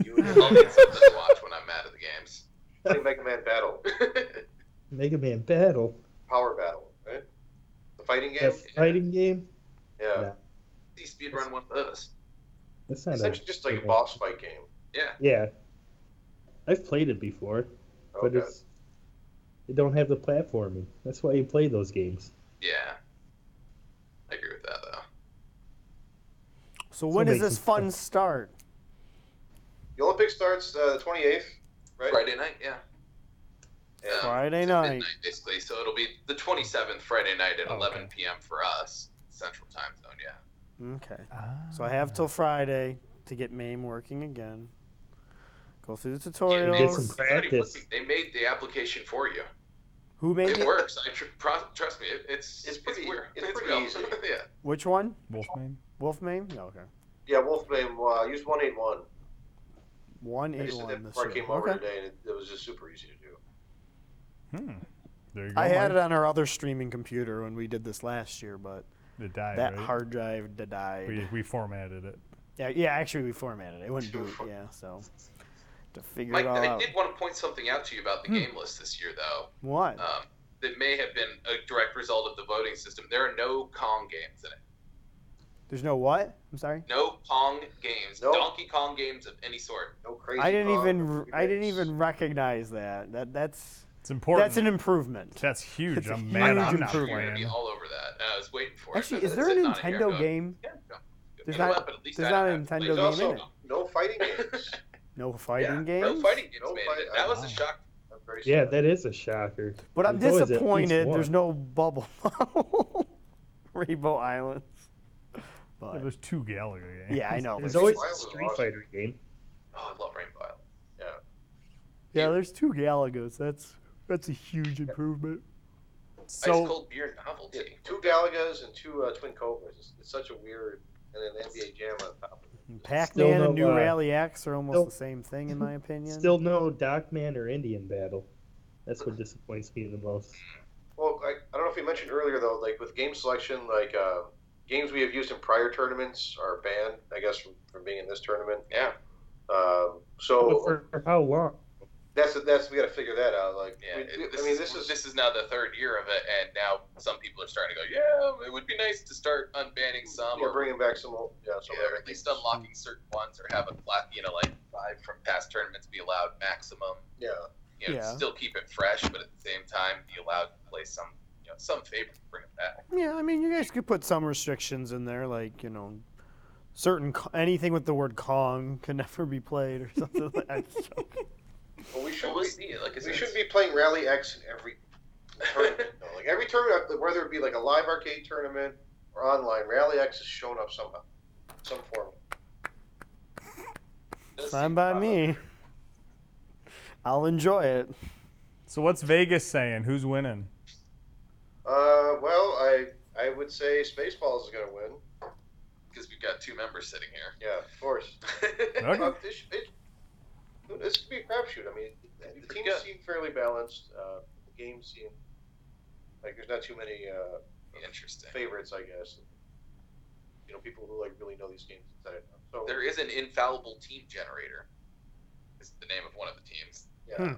a. You
I'll need something to watch when I'm mad at the games.
play Mega Man Battle,
Mega Man Battle,
Power Battle, right? The fighting game.
that fighting game.
Yeah.
Yeah.
See speedrun one of those.
That's not a,
Essentially, just like a boss fight game.
Yeah.
yeah. I've played it before, but
Okay.
it's it don't have the platforming. That's why you play those games.
Yeah. I agree with that, though.
So when does
Somebody
this
can-
fun start?
The Olympic starts uh, the 28th, right?
Friday night, yeah. Um,
Friday
it's
night.
midnight, basically. So it'll be the 27th Friday night at
Oh,
11
okay.
p.m. for us, Central Time Zone. Yeah.
Okay.
Ah,
So I have till Friday to get MAME working again. Go through the
Yeah,
Get
it's
some
tutorials.
already
practice.
working. They made the application for you.
Who made
It
it?
works. I tr- pro- trust me. It, it's
It's pretty-
weird.
it's pretty
real.
easy.
yeah.
Which one?
Wolfman.
Wolf MAME? No, okay.
Yeah, Wolfman, uh, use 181.
One
I
eight
just did that
one.
before I came over today, and it, it was just super easy to do.
Hmm. There you go.
I had it
Mike.
on our other streaming computer when we did this last year, but
It died.
that
right?
hard drive d- died.
We, we formatted it.
yeah, yeah, actually we formatted it. It wouldn't
Sure.
boot. Yeah, so to figure
Mike,
it all
I
out. Hmm.
did want to point something out to you about the game list this year, though.
What?
Um, that may have been a direct result of the voting system. There are no Kong games in it.
There's no what? I'm sorry.
No Kong games.
Nope.
Donkey Kong games of any sort.
No crazy.
I didn't
Kong,
even
no
r-
Freebase.
I didn't even recognize that. That that's
It's important.
that's an improvement.
That's huge.
That's a
I'm mad.
huge
I'm not
You're
improvement.
going to be
playing.
all over that. I was waiting for
Actually,
it.
is there a
It's not in here,
Nintendo
but-
game?
Yeah, no.
There's
You know
not-
what, but at least
there's
I
not a
don't have to play
Nintendo game
There's
those.
in
also
it.
no fighting games.
No fighting
Yeah,
games.
No fighting games
No
made
fight-
it. That was a
Wow.
shock.
I'm pretty
Yeah,
sure.
that is a shocker.
But I'm
There's always at least
disappointed.
one.
There's no bubble model. Rainbow Islands.
Yeah,
But
There's two Gallagher games.
yeah, I know.
There's
but-
always
Wild
a Street
Lost.
Fighter game.
Oh, I love Rainbow Island.
yeah, there's two Galagos. That's that's a huge improvement.
Ice
So
cold beer novelty.
Yeah, two Galagas and two uh, Twin Cobras. It's, it's such a weird, and then NBA Jam on top of it.
Pac-Man
no,
and New
uh,
Rally X are almost
still-
the same thing, in my opinion.
Still no Docman or Indian Battle. That's what disappoints me the most.
Well, I, I don't know if you mentioned earlier though, like with game selection, like uh, games we have used in prior tournaments are banned, I guess, from, from being in this tournament.
Yeah.
Um,
But
so
for, for how long?
that's that's we got to figure that out. Like,
Yeah,
we-
it-
we-
this
I mean,
is,
this is
this is now the third year of it, and now some people are starting to go, yeah, it would be nice to start unbanning some,
we're
or,
bringing back some old, yeah, some
yeah, or
other
at least
things.
unlocking certain ones, or have a flat, you know, like five from past tournaments be allowed maximum.
yeah.
You know,
Yeah.
still keep it fresh, but at the same time, be allowed to play some, you know, some favorites. Bring it back.
Yeah, I mean, you guys could put some restrictions in there, like you know, certain co- anything with the word Kong can never be played or something. like that.
Well, we should
We'll
be,
see. Like I
we
said,
should be playing Rally X in every tournament. though. like every tournament, uh, whether it be like a live arcade tournament or online, Rally X is shown up somehow, some form.
Does
Fine
seem
by
probably-
me. I'll enjoy it.
so what's Vegas saying? Who's winning?
Uh, well, I I would say Spaceballs is gonna win.
because we've got two members sitting here.
Yeah, of course.
Okay.
Uh, this, it, this could be a crapshoot. I mean, the, the
pretty
teams
good.
seem fairly balanced. Uh, the games seem like there's not too many uh,
Interesting.
favorites, I guess. You know, people who like really know these games inside and out. So
There is an infallible team generator. Is the name of one of the teams,
yeah,
Hmm.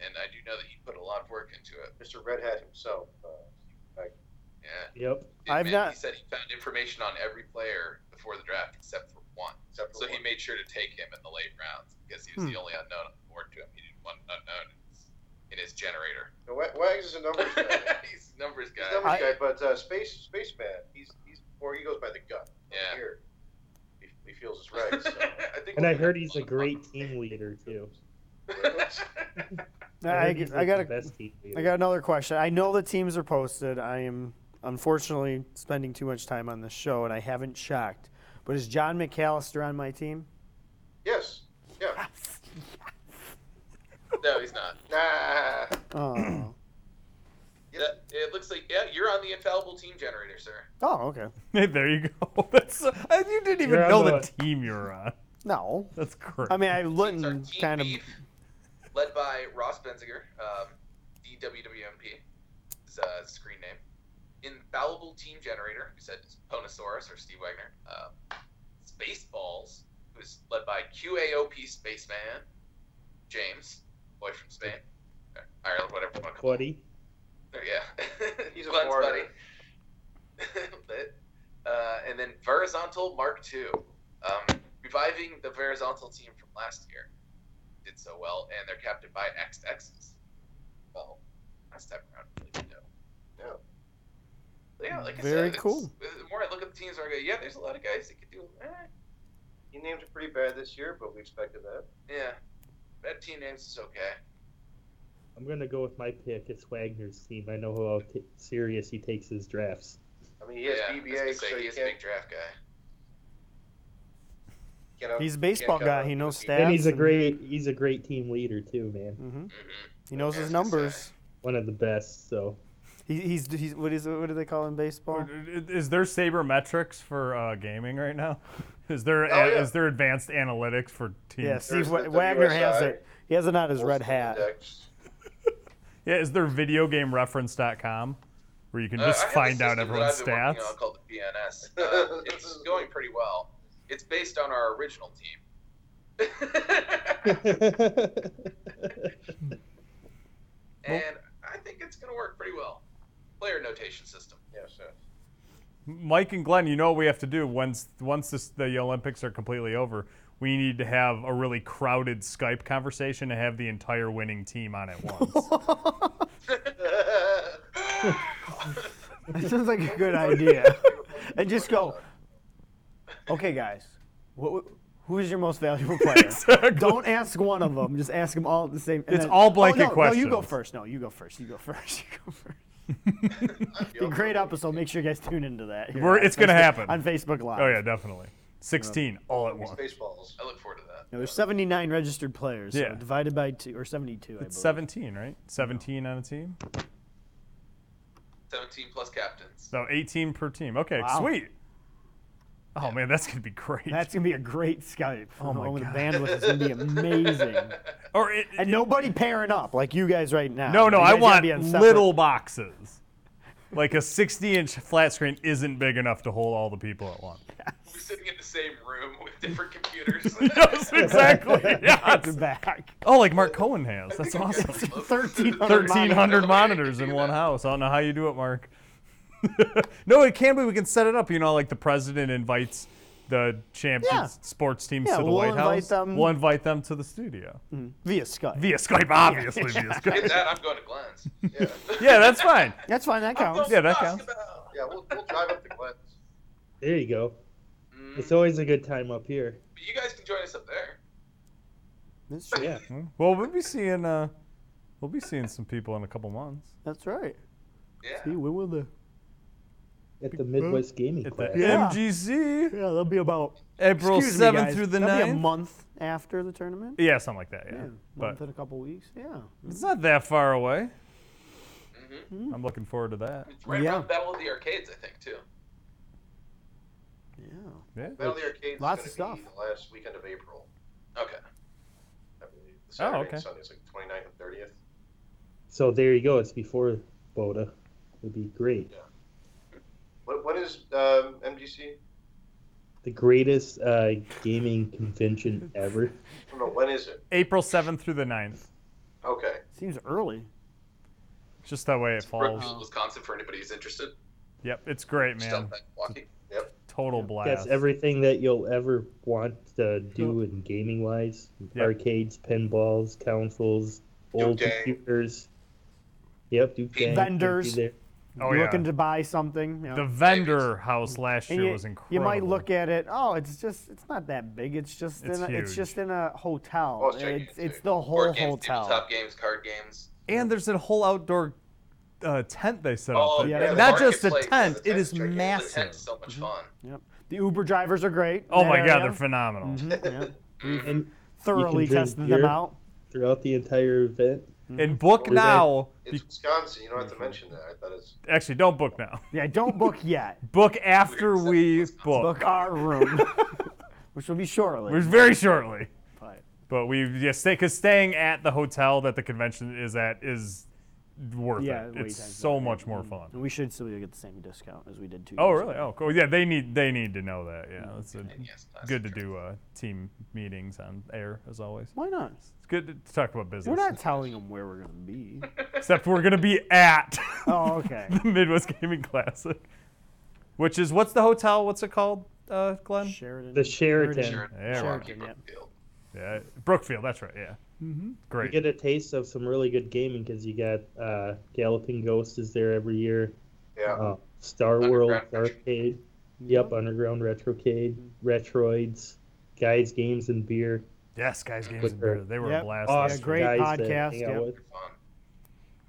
and I do know that you put a lot of work into it.
Mr. Red Hat himself. Uh,
Yeah.
Yep.
Dude,
I've
man,
not-
He said he found information on every player before the draft except for one.
except for
so he
one.
made sure to take him in the late rounds because he was
Hmm.
the only unknown on the board to him. He didn't want an unknown in his, in his generator.
Now, Wa- Wags is a numbers guy.
He's a numbers
He's
guy.
a numbers
I-
guy, but uh, space spaceman. He's he's or he goes by the gut.
Yeah.
Here, he, he feels it's right. So.
think
And I
we'll
heard
have
he's
lot
a
of
great
fun.
team leader too.
I,
heard he's,
I
like,
got a,
the best team leader.
I got another question. I know the teams are posted. I am unfortunately spending too much time on this show, and I haven't checked. But is John McAllister on my team?
yes. Yeah.
No, he's not.
Nah.
Oh,
That- it looks like yeah, you're on the infallible team generator, sir.
oh okay.
there you go. That's uh, you didn't even
You're on
know the
the-
team you were on.
No,
That's crazy.
I mean I
Teams are
wouldn't
Team
kind of.
Beef, led by Ross Benziger, um, DWWMP, is uh, his screen name. Infallible Team Generator, who said it's Ponosaurus or Steve Wagner. Um, Spaceballs, who's led by QAOP Spaceman, James, boy from Spain, or Ireland, whatever you want to call him.
Buddy.
Yeah.
He's a
Glenn's buddy.
foreigner.
Lit. uh, and then Horizontal Mark II, um, reviving the Horizontal team from last year. Did so well, and they're captained by XXs. Well, last time around, really, no.
Yeah.
But yeah, like I
Very
said, it's-
cool.
The more I look at the teams, I go, yeah, there's a lot of guys that could do eh,
He named it pretty bad this year, but we expected that.
Yeah. Bad team names is okay.
I'm gonna go with my pick. It's Wagner's team. I know how t- serious he takes his drafts.
I mean, he has
yeah, I was
DBA,
gonna
so
say, he
you
is a big
can't.
draft guy.
can't out-
He's a baseball
can't cover
guy. He
him.
knows
He-
stats.
And he's a
and-
great he's a great team leader too, man.
Mhm.
Mhm.
He knows
Yeah,
his
I was gonna
numbers.
say.
One of the best. So
He, he's he's what is what do they call in baseball?
Is there sabermetrics for uh, gaming right now? Is there
Oh, yeah.
is there advanced analytics for teams?
Yeah, Steve
There's the
Wagner has
WSI.
it. He has it on his red hat.
Index.
Yeah, is there videogamereference.com where you can
Uh, I
just
have a
find out
system that
everyone's
I've been working
stats?
on called the PNS. Uh, it's going pretty well. It's based on our original team. and I think it's going to work pretty well. Player notation system.
Yes, yes.
Mike and Glenn, you know what we have to do once once this, the Olympics are completely over. We need to have a really crowded Skype conversation to have the entire winning team on at once.
That sounds like a good idea. and just go. Okay, guys. What, who is your most valuable player?
Exactly.
Don't ask one of them. Just ask them all at the same. and
It's all blanket
oh, no, No, you go
questions.
first. No, you go first. You go first. You go first.
I'd be
Be a
okay
great
with
episode. Make sure you guys tune into that. here
We're-
on
it's gonna
Facebook-
happen.
on Facebook Live.
oh yeah, definitely. 16 all at
these
once.
Spaceballs.
I look forward to that.
You know, there's 79 registered players. so
Yeah.
divided by two or 72. I believe.
It's 17, right? 17 on a team.
17 plus captains.
So 18 per team. Okay,
Wow.
sweet. Oh man, that's going to be great.
That's gonna be a great Skype.
Oh, my
with
God.
The bandwidth is gonna be amazing.
or it,
and
it-
nobody pairing up like you guys right now.
No, no,
You guys
I
gotta
want
be on separate-
little boxes. Like a 60 inch flat screen isn't big enough to hold all the people at once.
We'll be sitting in the same room with different computers.
Yes, exactly.
back to
Yes.
back.
Oh, like Mark Cohen has. That's awesome.
1300
1,300
monitors.
monitors in one house. I don't know how you do it, Mark. no, it can be. We can set it up. You know, like the president invites the champions
Yeah.
sports teams
Yeah,
to the
we'll
White
invite
House.
them-
We'll invite them to the studio
Mm. via Skype.
via Skype, obviously via
Get
Skype.
that, I'm going to Glenn's.
Yeah,
Yeah, that's fine.
That's fine. That counts.
Yeah, that counts.
yeah, we'll, we'll drive up to Glenn's.
there you go.
Mm,
It's always a good time up here.
but you guys can join us up there.
That's true.
Yeah.
Well, we'll be seeing. Uh, we'll be seeing some people in a couple months.
That's right.
Yeah.
See, we will do.
At the Midwest Gaming
At
Class.
the
Yeah.
MGC,
Yeah, that'll be about
April
Excuse me,
seventh
guys,
through the
that'll Be a
9th.
month after the tournament.
Yeah, something like that. Yeah,
Yeah,
but
month in a couple weeks. Yeah. Mm,
it's not that far away.
Mm-hmm.
I'm looking forward to that.
It's right
Yeah.
around Battle of the Arcades, I think, too.
Yeah.
Yeah.
Battle of the Arcades.
Lots
is
of
gonna
stuff.
Be the last weekend of April.
Okay.
I believe.
Oh,
The Saturday
okay.
and Sunday is like 29th and 30th.
So there you go. It's before Boda. It'd be great.
What, when is um, MGC?
The greatest uh, gaming convention ever.
I don't know. When is it?
April seventh through the 9th.
Okay.
Seems early.
Just that way it falls.
Brookfield, Wisconsin, for anybody who's interested.
Yep, it's great,
Just
man.
outside Milwaukee.
Total blast.
That's everything that you'll ever want to do in gaming wise.
Yeah.
Arcades, pinballs, consoles,
Duke
old
Dang.
computers. Yep, Duke Dang, it'd be
Vendors.
there.
oh
You're
yeah.
looking to buy something. You know.
the vendor house last
And
year
you,
was incredible.
you might look at it. Oh, it's just it's not that big. It's just
It's
in a, it's
huge.
just in a hotel.
Oh, it's
it's,
gigantic.
it's the whole
Board games,
hotel.
tabletop games, card games.
and there's a whole outdoor uh, tent they set
Oh,
up.
yeah,
there.
the
Not just a
marketplace is
tent, it is
gigantic. The
massive.
tent's so much
Mm-hmm.
fun.
Yep. The Uber drivers are great. in
Oh
that
my god,
area.
they're phenomenal.
Mhm, yeah.
And
Thoroughly
drink
tested
beer.
them out.
throughout the entire event.
And book
Or they-
now.
It's Wisconsin. You don't have to mention that. I thought it's.
be- actually, don't book now.
Yeah, don't book yet.
Book after
Weird.
we
Book.
book.
book our room, which will be shortly.
We're very shortly.
but-
But we yeah, stay because staying at the hotel that the convention is at is worth
Yeah,
it.
way Mm-hmm.
It's
times
so much more fun.
and we should still be able to get the same discount as we did two.
Oh
years
really?
ago.
Oh cool. Yeah, they need they need to know that. Yeah, it's a,
And yes, classic
good to
dress.
do uh, team meetings on air as always.
Why not?
It's good to talk about business.
We're not telling them where we're gonna be.
Except we're gonna be at
oh, okay.
the Midwest Gaming Classic, which is what's the hotel? What's it called, uh, Glenn?
Sheridan.
The Sheraton.
Sheridan,
Yeah,
Milwaukee,
Sheridan, yeah.
Brookfield.
Yeah, Brookfield. That's right. Yeah.
You
Mm-hmm.
Great.
get a taste of some really good gaming because you got uh, Galloping Ghost is there every year.
Yeah.
Uh, Star World
Underground Retro-
Arcade. Yep, Underground Retrocade, Retroids. Guys, Games, and Beer.
Yes, guys, games
With
and
her.
beer. They were
Yep.
a blast.
Awesome
last
great
week.
guys to
podcast,
hang out
yep.
with.
Fun.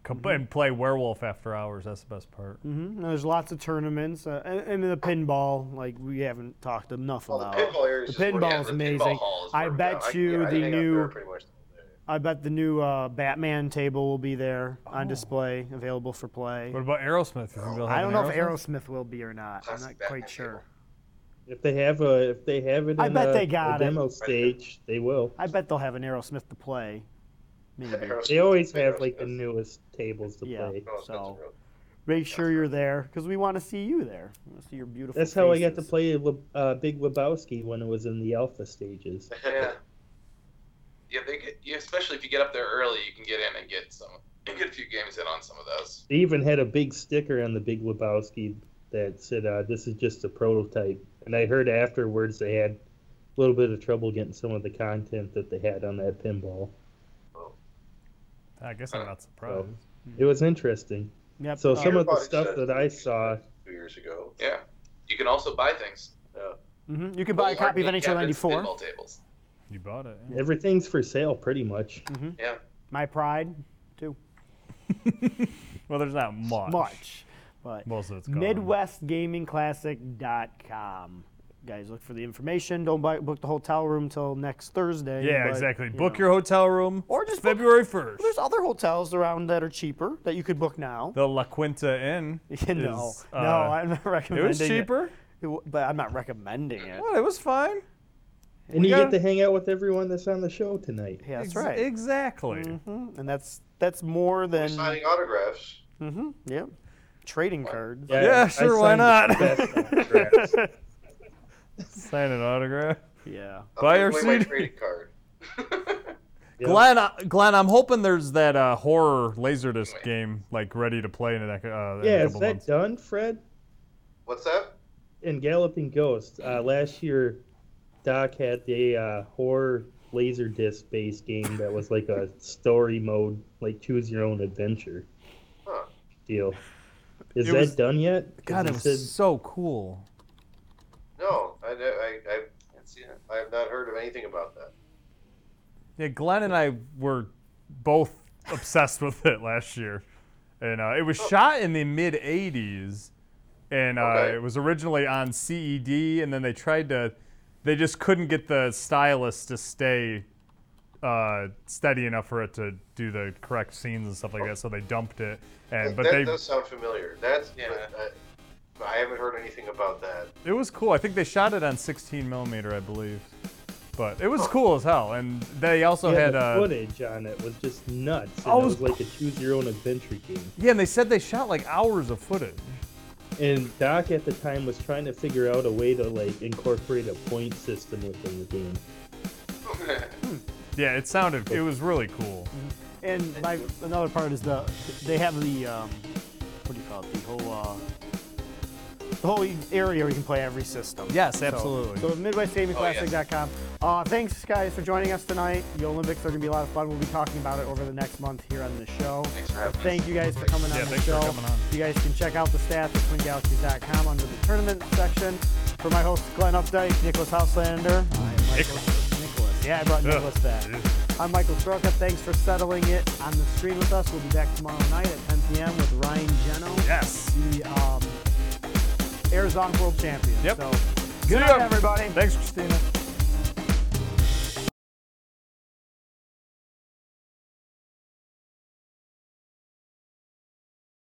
Com- And play werewolf after hours. That's the best part.
Mm-hmm. There's lots of tournaments, uh, and, and the pinball. Like we haven't talked enough
Well, the
about.
pinball area
The
is just where-
pinball's
yeah, the
amazing.
Pinball hall is
I
where we
bet
go.
you
I, yeah, I
the
hang out
new-
there pretty much the whole day.
I bet the new uh, Batman table will be there
Oh.
on display, available for play.
What about Aerosmith? You think they'll have
I don't
an
know if
Aerosmith?
Aerosmith will be or not. I'm
Classic
not
Batman
quite sure.
table.
If they have a, if they have it,
I
in
bet
a,
they got
a
it.
demo stage. They will.
I bet they'll have an Aerosmith to play. Maybe.
Aerosmith-
They always have
Aerosmith.
like the newest tables to
Yeah.
play.
Aerosmith's
so-
real-
Make sure you're there because we want to see you there. We want to see your beautiful.
That's how I got to
faces.
play Le- uh, Big Lebowski when it was in the alpha stages.
Yeah.
Yeah, they get, yeah, especially if you get up there early, you can get in and get some, and get a few games in on some of those.
They even had a big sticker on the Big Lebowski that said, uh, "This is just a prototype." And I heard afterwards they had a little bit of trouble getting some of the content that they had on that pinball.
I guess I'm not surprised.
It was interesting.
Yep.
So
uh,
some of the
Everybody
stuff
said
that I saw,
two years ago.
Yeah, you can also buy things. Oh,
mhm. You can buy a
Old
copy of
arcade
NHL
cabinets,
'94.
pinball tables.
You bought it. yeah.
everything's for sale pretty much.
Yeah,
My pride, too
Well, there's not much.
much, but
Most of it's gone.
MidwestGamingClassic.com. Guys, look for the information. Don't buy, book the hotel room till next Thursday.
Yeah,
but,
exactly.
you
Book
know.
your hotel room.
Or just book-
February 1st.
There's other hotels around that are cheaper that you could book now.
the La Quinta Inn.
no, no,
is, uh,
I'm not
It
recommending
was cheaper.
It w- but I'm not recommending it.
Well, it was fine.
And
We
you
got-
get to hang out with everyone that's on the show tonight.
Yeah, that's
Ex-
right.
Exactly.
Mhm, And that's that's more than.
Signing autographs.
hmm yep. Trading cards.
Yeah,
I- I
sure, why
signed
not?
the best autographs.
Sign an autograph.
Yeah.
I'll
Buy
give
your
away my
CD.
trading card.
Yep.
Glenn, uh, Glenn, I'm hoping there's that uh, horror laserdisc game like ready to play in a, dec- uh, in a
Yeah, is
couple
that
months.
done, Fred?
What's that?
In Galloping Ghost, uh, last year, Doc had the uh, horror laser disc based game that was like a story mode, like choose your own adventure
Huh.
deal. Is
It
that
was-
done yet? 'Cause
God,
he
it was
said-
so cool.
No, I, I, I, I, I have not heard of anything about that.
Yeah, Glenn and I were both obsessed with it last year, and uh, it was
Oh.
shot in the mid '80s, and uh,
Okay.
it was originally on CED, and then they tried to, they just couldn't get the stylus to stay uh, steady enough for it to do the correct scenes and stuff like that, so they dumped it. And but
Oh. that
they,
does sound familiar. That's
Yeah.
but, uh, I haven't heard anything about that.
it was cool. I think they shot it on 16 millimeter, I believe. But it was cool as hell, and they also
yeah,
had
the
uh,
footage on it was just nuts. And
Oh,
it
it
was
was
like a choose your own adventure game.
yeah, and they said they shot like hours of footage.
And Doc at the time was trying to figure out a way to like incorporate a point system within the game.
Yeah, it sounded. It was really cool.
And my another part is the they have the um, what do you call it? The whole uh, the whole area where you can play every system.
Yes,
So-
absolutely.
So,
Oh,
MidwestGamingClassic.com. uh, thanks guys for joining us tonight. The Olympics are gonna be a lot of fun. We'll be talking about it over the next month here on the show.
Thanks for having
Thank
us.
you guys for coming
Yeah,
on the
thanks for
show.
coming on.
You guys can check out the stats at twingalaxies.com under the tournament section. For my host Glenn Updike, Nicholas Houselander. I am Michael- Nicholas. Yeah, I brought
Ugh.
Nicholas back. I'm Michael Stroka. Thanks for settling it on the screen with us. We'll be back tomorrow night at 10 p.m. with Ryan Geno,
Yes.
the um, Arizona World Champion.
Yep.
So,
See
good
ya.
night, everybody.
Thanks, Christina.